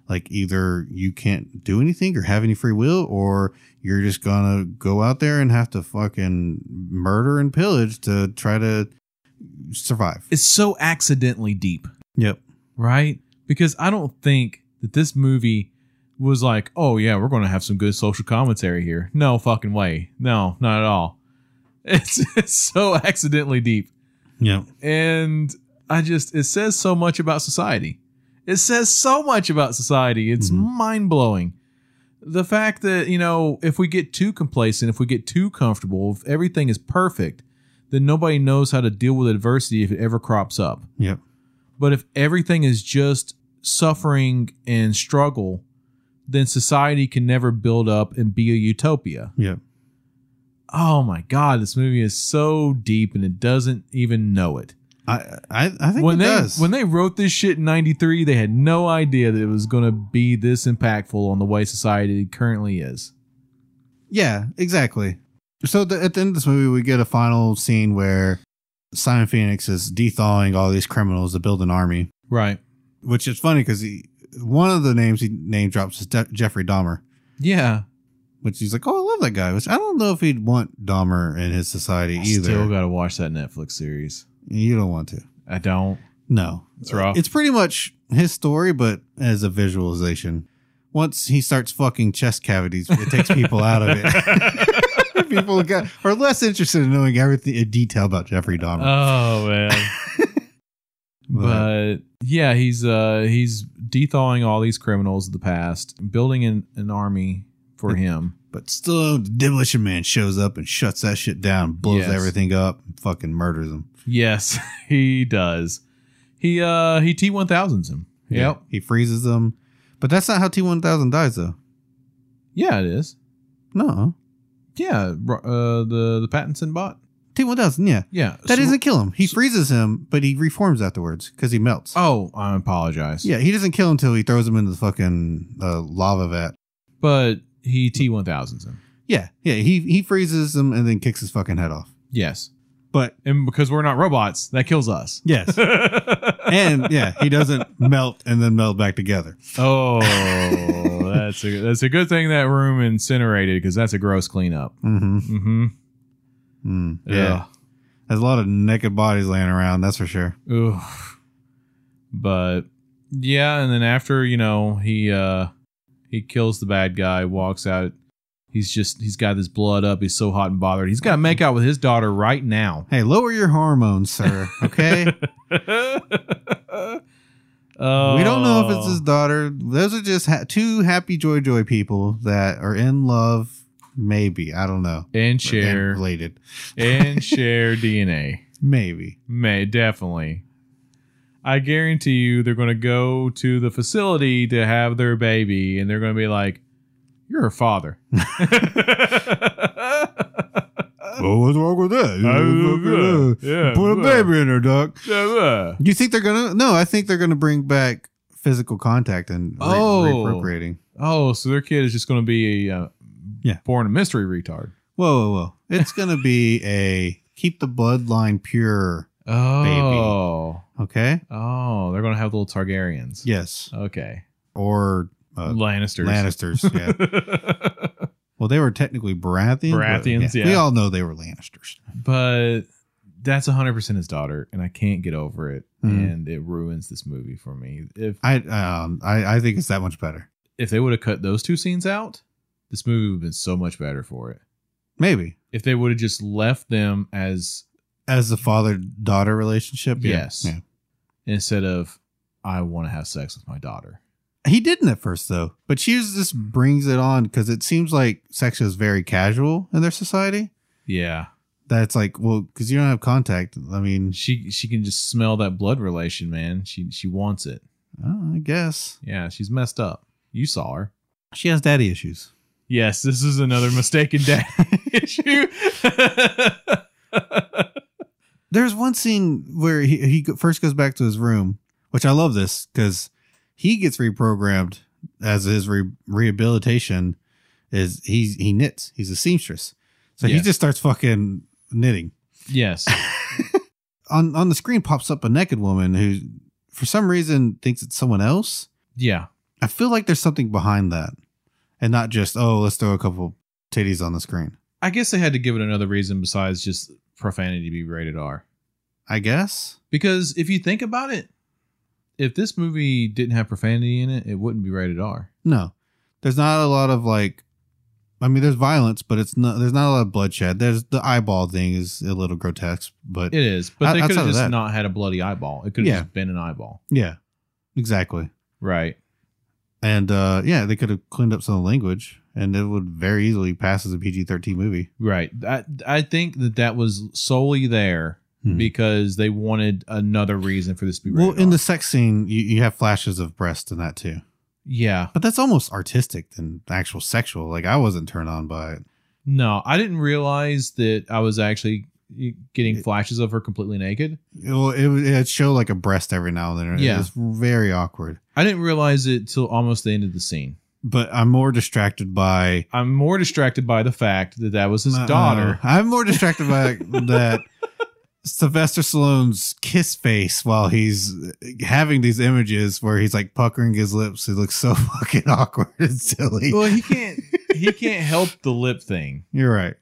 S1: Like either you can't do anything or have any free will, or you're just gonna go out there and have to fucking murder and pillage to try to survive.
S2: It's so accidentally deep,
S1: Yep.
S2: right? Because I don't think that this movie was like, oh, yeah, we're going to have some good social commentary here. No fucking way. No, not at all. *laughs* It's, it's so accidentally deep.
S1: Yep.
S2: and I just it says so much about society. It says so much about society. It's
S1: Mhm.
S2: mind blowing. The fact that you know, if we get too complacent, if we get too comfortable, if everything is perfect, then nobody knows how to deal with adversity if it ever crops up.
S1: Yep.
S2: But if everything is just suffering and struggle, then society can never build up and be a utopia
S1: Yep.
S2: oh my god this movie is so deep and it doesn't even know it
S1: I I, I think
S2: when
S1: it
S2: they
S1: does.
S2: when they wrote this shit in 93 they had no idea that it was going to be this impactful on the way society currently is
S1: yeah, exactly. So the, at the end of this movie, we get a final scene where Simon Phoenix is dethawing all these criminals to build an army,
S2: right
S1: which is funny because he one of the names he name drops is De- Jeffrey Dahmer,
S2: yeah
S1: which he's like, oh, I love that guy. Which I don't know if he'd want Dahmer in his society either.
S2: still gotta watch that netflix series
S1: you don't want to.
S2: i don't
S1: No,
S2: It's rough.
S1: It's pretty much his story, but as a visualization. Once he starts fucking chest cavities, it
S2: *laughs*
S1: takes people out of it. *laughs* people got, are less interested in knowing everything in detail about Jeffrey Dahmer.
S2: oh man. but yeah, he's uh he's dethawing all these criminals of the past, building an, an army for him.
S1: but still, the demolition man shows up and shuts that shit down, blows
S2: Yes.
S1: everything up, and fucking murders him.
S2: Yes, *laughs* he does. He uh he T one thousands him. Yep.
S1: He freezes them. But that's not how T1000 dies, though.
S2: Yeah, it is.
S1: No.
S2: Yeah, ro- uh the the Pattinson bot.
S1: T1000, yeah.
S2: Yeah.
S1: that
S2: so-
S1: not kill him. He
S2: so-
S1: freezes him, but he reforms afterwards because he melts.
S2: Oh, I apologize.
S1: Yeah, he doesn't kill him until he throws him into the fucking uh, lava vat.
S2: But he T one thousands him.
S1: Yeah, yeah, he he freezes him and then kicks his fucking head off.
S2: Yes.
S1: But
S2: And because we're not robots, that kills
S1: *laughs*
S2: us. *laughs*
S1: yes, and yeah, he doesn't melt and then melt back together.
S2: Oh, that's a that's a good thing that room incinerated because that's a gross cleanup.
S1: Mm-hmm.
S2: Mm-hmm.
S1: Mm, yeah, there's a lot of naked bodies laying around. That's for sure.
S2: Ugh. But yeah, and then after you know he uh he kills the bad guy, walks out. He's just he's got this blood up. He's so hot and bothered. He's got to make out with his daughter
S1: *laughs*
S2: right now.
S1: Hey, lower your hormones, sir.
S2: *laughs*
S1: Okay, we don't know
S2: Oh.
S1: if it's his daughter. Those are just ha- two happy joy joy people that are in love. Maybe I don't know.
S2: and
S1: And
S2: share
S1: related.
S2: and share DNA.
S1: Maybe.
S2: May definitely. I guarantee you, they're going to go to the facility to have their baby, and they're going to be like, "You're
S1: *laughs*
S2: a father." *laughs*
S1: Well, Oh, what's wrong with that?
S2: Yeah,
S1: Put a baby in there, doc.
S2: yeah.
S1: You think they're gonna? No, I think they're gonna bring back physical contact and re-
S2: Oh.
S1: reappropriating.
S2: Oh, so their kid is just going to be uh,
S1: Yeah.
S2: born a mystery retard.
S1: Whoa, whoa, whoa! It's gonna be a keep the bloodline pure.
S2: Oh,
S1: Okay.
S2: oh, they're going to have little Targaryens.
S1: Yes.
S2: Okay,
S1: Or uh,
S2: Lannisters.
S1: Lannisters. Yeah.
S2: *laughs*
S1: well, they were technically Baratheons. but
S2: Baratheons, yeah.
S1: We all know they were Lannisters.
S2: but that's 100% his daughter and i can't get over it
S1: Mhm.
S2: and it ruins this movie for me if
S1: I um I, I think it's that much better.
S2: if they would have cut those two scenes out this movie would have been so much better for it
S1: Maybe
S2: if they would have just left them as
S1: as the father daughter relationship. yeah.
S2: Yes.
S1: Yeah.
S2: instead of i want to have sex with my daughter
S1: He didn't at first though, but she was- just brings it on because it seems like sex is very casual in their society.
S2: yeah
S1: That's like, well, because you don't have contact. I mean,
S2: she she can just smell that blood relation man she she wants it
S1: oh, I guess
S2: yeah she's messed up you saw her
S1: she has daddy issues.
S2: yes this is another mistaken dad issue *laughs*
S1: There's one scene where he, he go- first goes back to his room, which I love this because he gets reprogrammed as his re- rehabilitation is he's he knits. He's a seamstress, so he
S2: Yes.
S1: just starts fucking knitting.
S2: yes
S1: On on the screen pops up a naked woman who, for some reason, thinks it's someone else.
S2: yeah
S1: I feel like there's something behind that, and not just oh, let's throw a couple titties on the screen.
S2: I guess they had to give it another reason besides just profanity to be rated R.
S1: I guess.
S2: Because if you think about it, if this movie didn't have profanity in it, it wouldn't be rated R.
S1: No, there's not a lot of like. I mean, there's violence, but it's not. There's not a lot of bloodshed. There's the eyeball thing is a little grotesque, but
S2: It is, but they
S1: Outside
S2: could have
S1: of
S2: just
S1: that.
S2: not had a bloody eyeball. It could have
S1: Yeah.
S2: just been an eyeball.
S1: yeah, exactly.
S2: Right.
S1: And uh yeah, they could have cleaned up some of the language, and it would very easily pass as a PG-13 movie.
S2: Right. I, I think that that was solely there because they wanted another reason for this to be rated
S1: Hmm. Well, in
S2: R.
S1: the sex scene, you, you have flashes of breasts in that too,
S2: yeah.
S1: but that's almost artistic than actual sexual. Like I wasn't turned on by it.
S2: No, I didn't realize that I was actually eh, getting
S1: It-
S2: flashes of her completely naked.
S1: Well, it would it'd show like a breast every now and then.
S2: Yeah.
S1: it's very awkward.
S2: I didn't realize it till almost the end of the scene.
S1: But I'm more distracted by
S2: I'm more distracted by the fact that that was his
S1: Uh-uh. *laughs*
S2: daughter.
S1: I'm more distracted by that Sylvester Stallone's kiss face while he's having these images where he's like puckering his lips. He looks so *laughs* fucking awkward and silly.
S2: Well, he can't he *laughs* can't help the lip thing,
S1: You're right.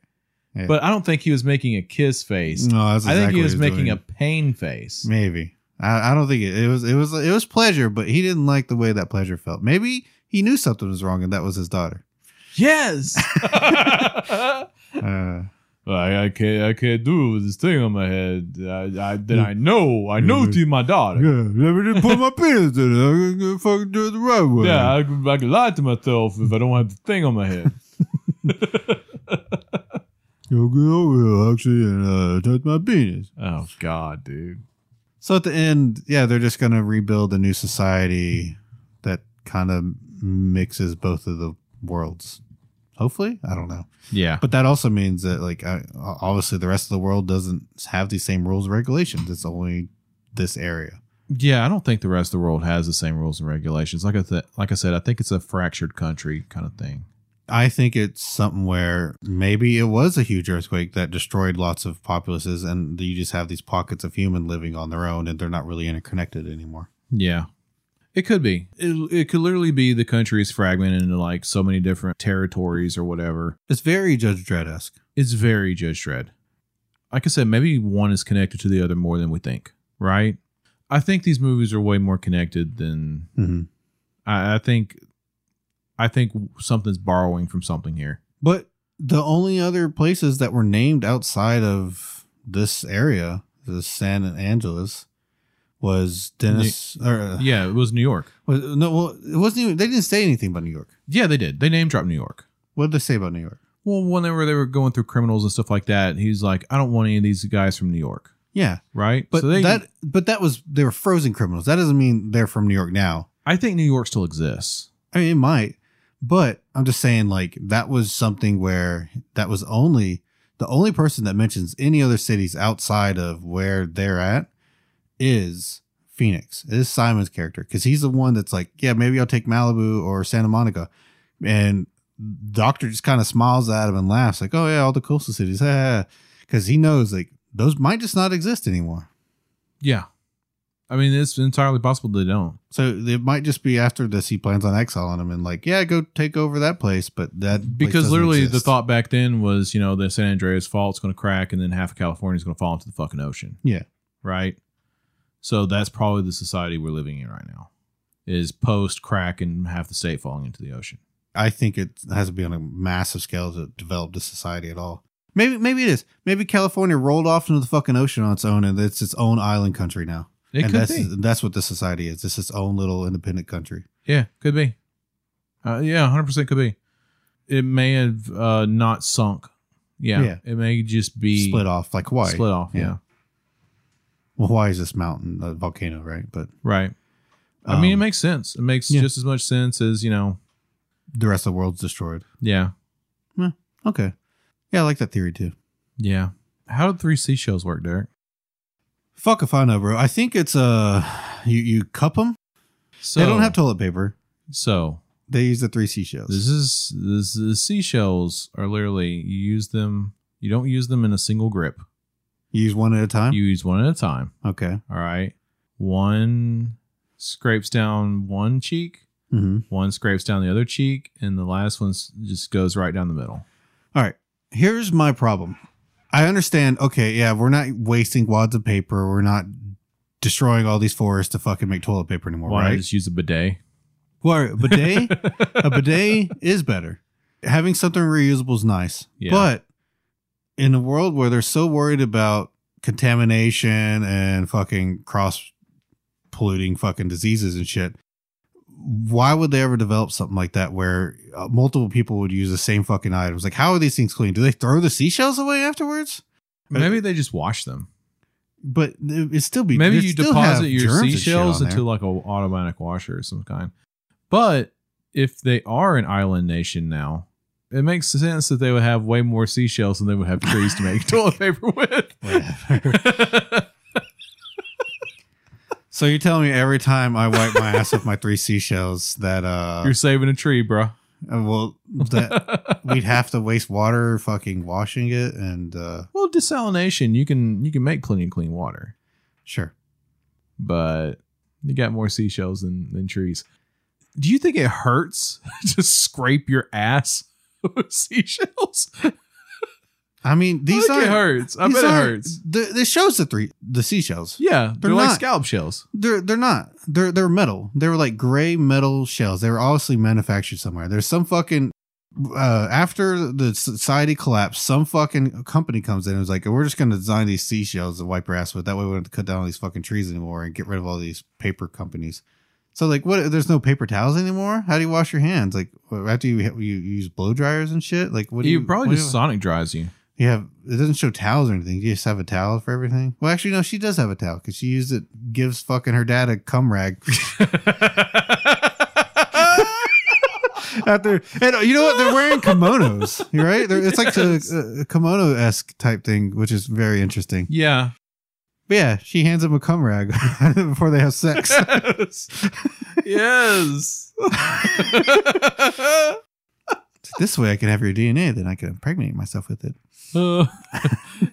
S2: but I don't think he was making a kiss face.
S1: No, that's
S2: I think
S1: exactly
S2: he was
S1: what he's
S2: making
S1: doing.
S2: a pain face.
S1: maybe. I, I don't think it, it was it was it was pleasure, but he didn't like the way that pleasure felt. Maybe he knew something was wrong, and that was his daughter. *laughs*
S2: Yes. *laughs*
S1: Uh,
S2: I, I can't I can't do it with this thing on my head. I, I then I know I know to my daughter.
S1: yeah, let me just put my penis in it. I'm gonna fucking do it the right way.
S2: Yeah, I, could- I could lie to myself if I don't have the thing on
S1: *laughs*
S2: my head.
S1: You'll get over here actually and uh, touch my penis.
S2: oh God, dude.
S1: So at the end, yeah, they're just going to rebuild a new society that kind of mixes both of the worlds. Hopefully, I don't know.
S2: Yeah.
S1: But that also means that, like, I, obviously, the rest of the world doesn't have these same rules and regulations. It's only this area.
S2: Yeah, I don't think the rest of the world has the same rules and regulations. Like I th- like I said, I think it's a fractured country kind of thing.
S1: I think it's something where maybe it was a huge earthquake that destroyed lots of populaces, and you just have these pockets of human living on their own, and they're not really interconnected anymore.
S2: Yeah. It could be. It, it could literally be the country is fragmented into like so many different territories or whatever.
S1: It's very Judge Dredd esque.
S2: It's very Judge Dredd. Like I said, maybe one is connected to the other more than we think, right? I think these movies are way more connected than
S1: Mm-hmm.
S2: I, I think. I think something's borrowing from something here.
S1: But the only other places that were named outside of this area, the San Angeles, was Dennis. or, uh,
S2: Yeah, it was New York.
S1: was, no, well, it wasn't even. They didn't say anything about New York.
S2: Yeah, they did. They name dropped New York.
S1: What did they say about New York?
S2: Well, whenever they were going through criminals and stuff like that, he's like, I don't want any of these guys from New York,
S1: Yeah,
S2: right?
S1: but
S2: So they,
S1: that, but that was they were frozen criminals. That doesn't mean they're from New York now.
S2: I think New York still exists.
S1: I mean, it might, but I'm just saying, like, that was something where that was only the only person that mentions any other cities outside of where they're at is Phoenix, is Simon's character, because he's the one that's like, yeah, maybe I'll take Malibu or Santa Monica. And Doctor just kind of smiles at him and laughs, like, oh, yeah, all the coastal cities, because he knows, like, those might just not exist anymore.
S2: Yeah, I mean, it's entirely possible they don't.
S1: So it might just be after this he plans on exiling him and like, yeah, go take over that place, but that place
S2: Because
S1: doesn't
S2: literally, the
S1: exist.
S2: thought back then was, you know, the San Andreas Fault's going to crack, and then half of California's going to fall into the fucking ocean.
S1: Yeah.
S2: right. So that's probably the society we're living in right now, is post crack and half the state falling into the ocean.
S1: I think it has to be on a massive scale to develop the society at all. Maybe maybe it is. Maybe California rolled off into the fucking ocean on its own and it's its own island country now.
S2: It
S1: and
S2: could
S1: that's
S2: be.
S1: that's what this society is. It's its own little independent country.
S2: Yeah, could be. Uh, yeah, hundred percent could be. It may have uh, not sunk. Yeah,
S1: Yeah.
S2: it may just be
S1: split off like Hawaii.
S2: Split off. Yeah,
S1: Yeah. Well, Hawaii is this mountain, a volcano, right? But
S2: right. I mean, it
S1: um,
S2: makes sense. It makes
S1: yeah.
S2: just as much sense as you know.
S1: the rest of the world's destroyed.
S2: Yeah,
S1: Okay. Yeah, I like that theory too.
S2: yeah. How did three seashells work, Derek?
S1: Fuck if I know, bro. I think it's uh you you cup them
S2: So
S1: they don't have toilet paper.
S2: So
S1: They use the three seashells.
S2: this is this the seashells are literally you use them. You don't use them in a single grip.
S1: you use one at a time.
S2: You use one at a time.
S1: okay.
S2: All right. One scrapes down one cheek.
S1: Mm-hmm.
S2: One scrapes down the other cheek, and the last one s- just goes right down the middle.
S1: All right. Here's my problem. I understand. Okay, yeah, we're not wasting wads of paper. We're not destroying all these forests to fucking make toilet paper anymore,
S2: Why not
S1: right?
S2: just use
S1: *laughs*
S2: a bidet?
S1: Well, a
S2: *laughs*
S1: bidet, a bidet is better. Having something reusable is nice,
S2: Yeah.
S1: but in a world where they're so worried about contamination and fucking cross polluting fucking diseases and shit, why would they ever develop something like that where uh, multiple people would use the same fucking items? Like, how are these things clean? Do they throw the seashells away afterwards?
S2: Maybe they just wash them.
S1: But it it'd still be
S2: Maybe
S1: it'd
S2: you
S1: still have
S2: deposit your
S1: germs and shit
S2: seashells
S1: on
S2: into
S1: there.
S2: like a automatic washer or some kind. But if they are an island nation now, it makes sense that they would have way more seashells than they would have trees
S1: *laughs*
S2: to make toilet paper *laughs*
S1: Whatever.
S2: with.
S1: so you're telling me every time I wipe my ass with my three seashells that uh
S2: *laughs* You're saving a tree, bro.
S1: Uh, Well,
S2: *laughs*
S1: that we'd have to waste water fucking washing it, and uh,
S2: well, desalination you can you can make plenty of clean water,
S1: sure,
S2: but you got more seashells than than trees. Do you think it *laughs* hurts to scrape your ass with seashells?
S1: I mean, these
S2: I think
S1: are
S2: it hurts. I
S1: these
S2: bet it
S1: aren't-
S2: hurts.
S1: The, the shows the three the seashells.
S2: Yeah, they're,
S1: They're
S2: like
S1: not.
S2: scallop shells.
S1: They're they're not. They're they're metal. They were like gray metal shells. They were obviously manufactured somewhere. There's some fucking uh, after the society collapsed, some fucking company comes in and was like, "We're just going to design these seashells and wipe your ass with. That way, we don't have to cut down all these fucking trees anymore and get rid of all these paper companies." So like, what? There's no paper towels anymore. How do you wash your hands? Like after you you, use blow dryers and shit. Like what? do
S2: you,
S1: you
S2: probably
S1: what
S2: just
S1: do you-
S2: Sonic dries you.
S1: You have it doesn't show towels or anything. You just have a towel for everything. Well, actually, no, she does have a towel because she used it. Gives fucking her dad a cum rag *laughs* after. And you know what? They're wearing kimonos, *laughs* right? They're, it's like uh,
S2: Yes.
S1: a, a kimono esque type thing, which is very interesting.
S2: yeah.
S1: But yeah, she hands him a cum rag *laughs* before they have
S2: *laughs*
S1: sex.
S2: Yes. *laughs* yes.
S1: this way, I can have your DNA, then I can impregnate myself with it.
S2: Uh,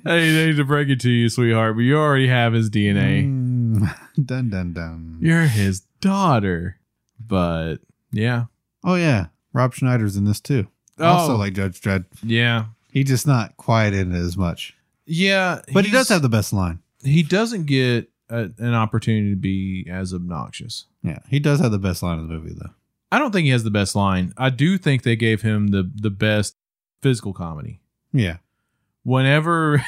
S2: I need to break it to you, sweetheart, but you already have his DNA.
S1: Mm, *laughs* dun dun dun.
S2: You're his daughter. But yeah. Oh,
S1: oh yeah, Rob Schneider's in this too. Also like Judge Dredd,
S2: yeah.
S1: he just not quite in it as much.
S2: Yeah.
S1: But he does
S2: he's-
S1: have the best line.
S2: he doesn't get a, an opportunity to be as obnoxious.
S1: Yeah, he does have the best line in the movie though.
S2: I don't think he has the best line. I do think they gave him the the best physical comedy.
S1: Yeah.
S2: Whenever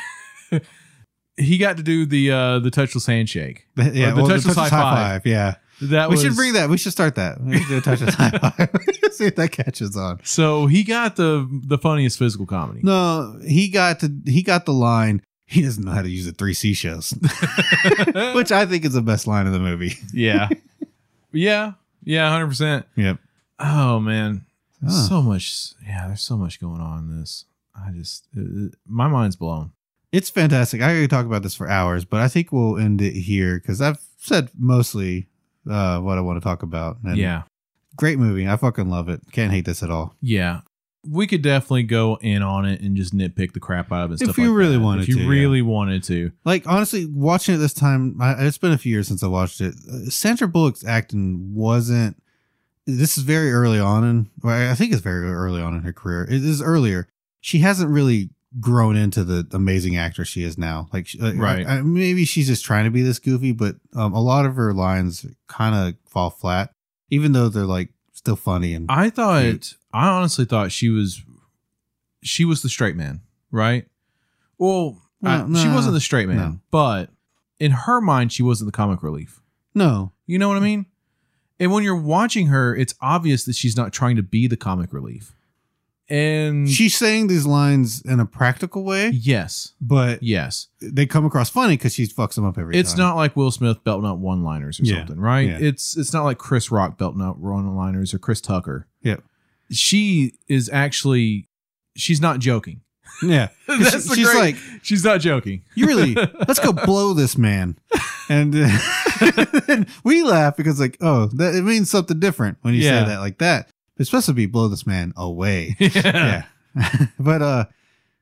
S2: *laughs* he got to do the uh the touchless handshake.
S1: Yeah,
S2: the
S1: well,
S2: touchless high five.
S1: Yeah.
S2: That
S1: we
S2: was,
S1: should bring that. We should start that. We should do a touchless high *laughs* five. See if that catches on.
S2: So he got the the funniest physical comedy. *laughs*
S1: No, he got to he got the line. He doesn't know how to use the three seashells, *laughs* which I think is the best line of the movie. *laughs*
S2: yeah. Yeah. Yeah, 100%.
S1: Yep.
S2: Oh man.
S1: Huh.
S2: So much yeah, there's so much going on in this. I just uh, my mind's blown.
S1: It's fantastic. I could talk about this for hours, but I think we'll end it here because I've said mostly uh, what I want to talk about. And
S2: yeah.
S1: Great movie. I fucking love it. Can't hate this at all.
S2: Yeah. We could definitely go in on it and just nitpick the crap out of it. and
S1: If
S2: stuff
S1: you
S2: like
S1: really
S2: that.
S1: wanted
S2: if you
S1: to, yeah.
S2: really wanted to,
S1: Like honestly, watching it this time, I, it's been a few years since I watched it. Uh, Sandra Bullock's acting wasn't. This is very early on in. well, I think it's very e-, early on in her career. It is earlier. She hasn't really grown into the amazing actress she is now. Like, she- like,
S2: Right.
S1: I- maybe she's just trying to be this goofy, but um, a lot of her lines kind of fall flat, even though they're like still funny and
S2: I thought
S1: Cute.
S2: I honestly thought she was she was the straight man, right? Well, I-
S1: Well,
S2: she
S1: nah.
S2: wasn't the straight man,
S1: No.
S2: but in her mind, she wasn't the comic relief.
S1: no,
S2: You know what I mean? And when you're watching her, it's obvious that she's not trying to be the comic relief. And
S1: she's saying these lines in a practical way,
S2: yes,
S1: but
S2: yes.
S1: they come across funny because she fucks them up every time.
S2: it's not like Will Smith belting out one liners or
S1: Yeah.
S2: something, right?
S1: Yeah.
S2: It's it's not like Chris Rock belting out one liners or Chris Tucker.
S1: Yeah.
S2: She is actually she's
S1: *laughs*
S2: not joking.
S1: *laughs*
S2: *laughs*
S1: Yeah.
S2: That's the
S1: she's
S2: great-
S1: like,
S2: she's not joking.
S1: you
S2: *laughs*
S1: really, *laughs* let's go blow this man. And, uh, and *laughs* we laugh because, like, oh, that, it means something different when you
S2: Yeah.
S1: say that like that. It's supposed to be blow this man away.
S2: *laughs* yeah.
S1: Yeah. *laughs* but, uh,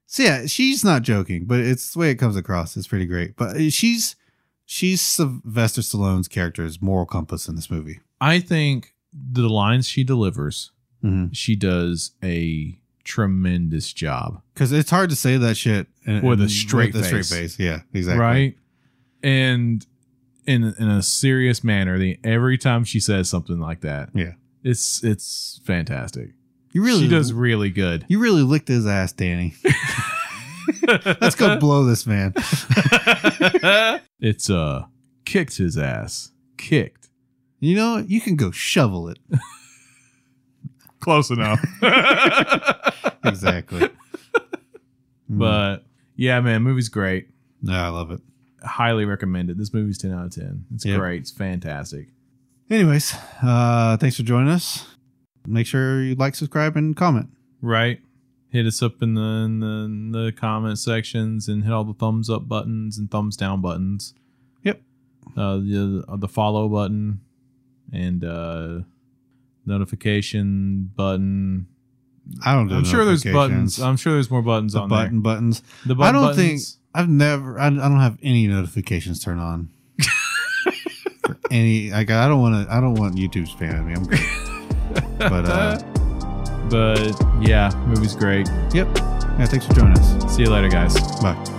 S1: so yeah, she's not joking, but it's the way it comes across. It's pretty great. But uh, she's, she's Sylvester Stallone's character's moral compass in this movie.
S2: I think the lines she delivers,
S1: Because
S2: she does a tremendous job.
S1: it's hard to say that shit in-
S2: With a
S1: in-
S2: straight
S1: with a
S2: face.
S1: Yeah, exactly.
S2: Right? And in in a serious manner, the every time she says something like that.
S1: Yeah.
S2: It's it's fantastic.
S1: You really,
S2: she does really good.
S1: You really licked his ass,
S2: *laughs*
S1: Danny. Let's go blow this man.
S2: it's uh kicked his ass. Kicked.
S1: You know, you can go shovel it.
S2: Close *laughs* enough. *laughs*
S1: Exactly. Mm.
S2: But yeah, man, movie's great.
S1: no, I love it.
S2: Highly recommend it. This movie's ten out of ten. It's
S1: Yep.
S2: great. It's fantastic.
S1: Anyways, uh, thanks for joining us. Make sure you like, subscribe, and comment.
S2: Right? Hit us up in the in the, in the comment sections and hit all the thumbs up buttons and thumbs down buttons.
S1: Yep.
S2: Uh, the the follow button and uh, notification button.
S1: I don't. Do
S2: I'm sure there's
S1: notifications.
S2: buttons. I'm sure there's more buttons
S1: the
S2: on
S1: button buttons.
S2: there. The
S1: I
S2: button
S1: don't think-
S2: buttons.
S1: I've never. I, I don't have any notifications turned
S2: *laughs*
S1: on. For any like I don't want to. I don't want YouTube spamming me. I'm good.
S2: *laughs*
S1: But uh,
S2: but yeah, movie's great.
S1: yep. Yeah, thanks for joining us.
S2: See you later, guys.
S1: Bye.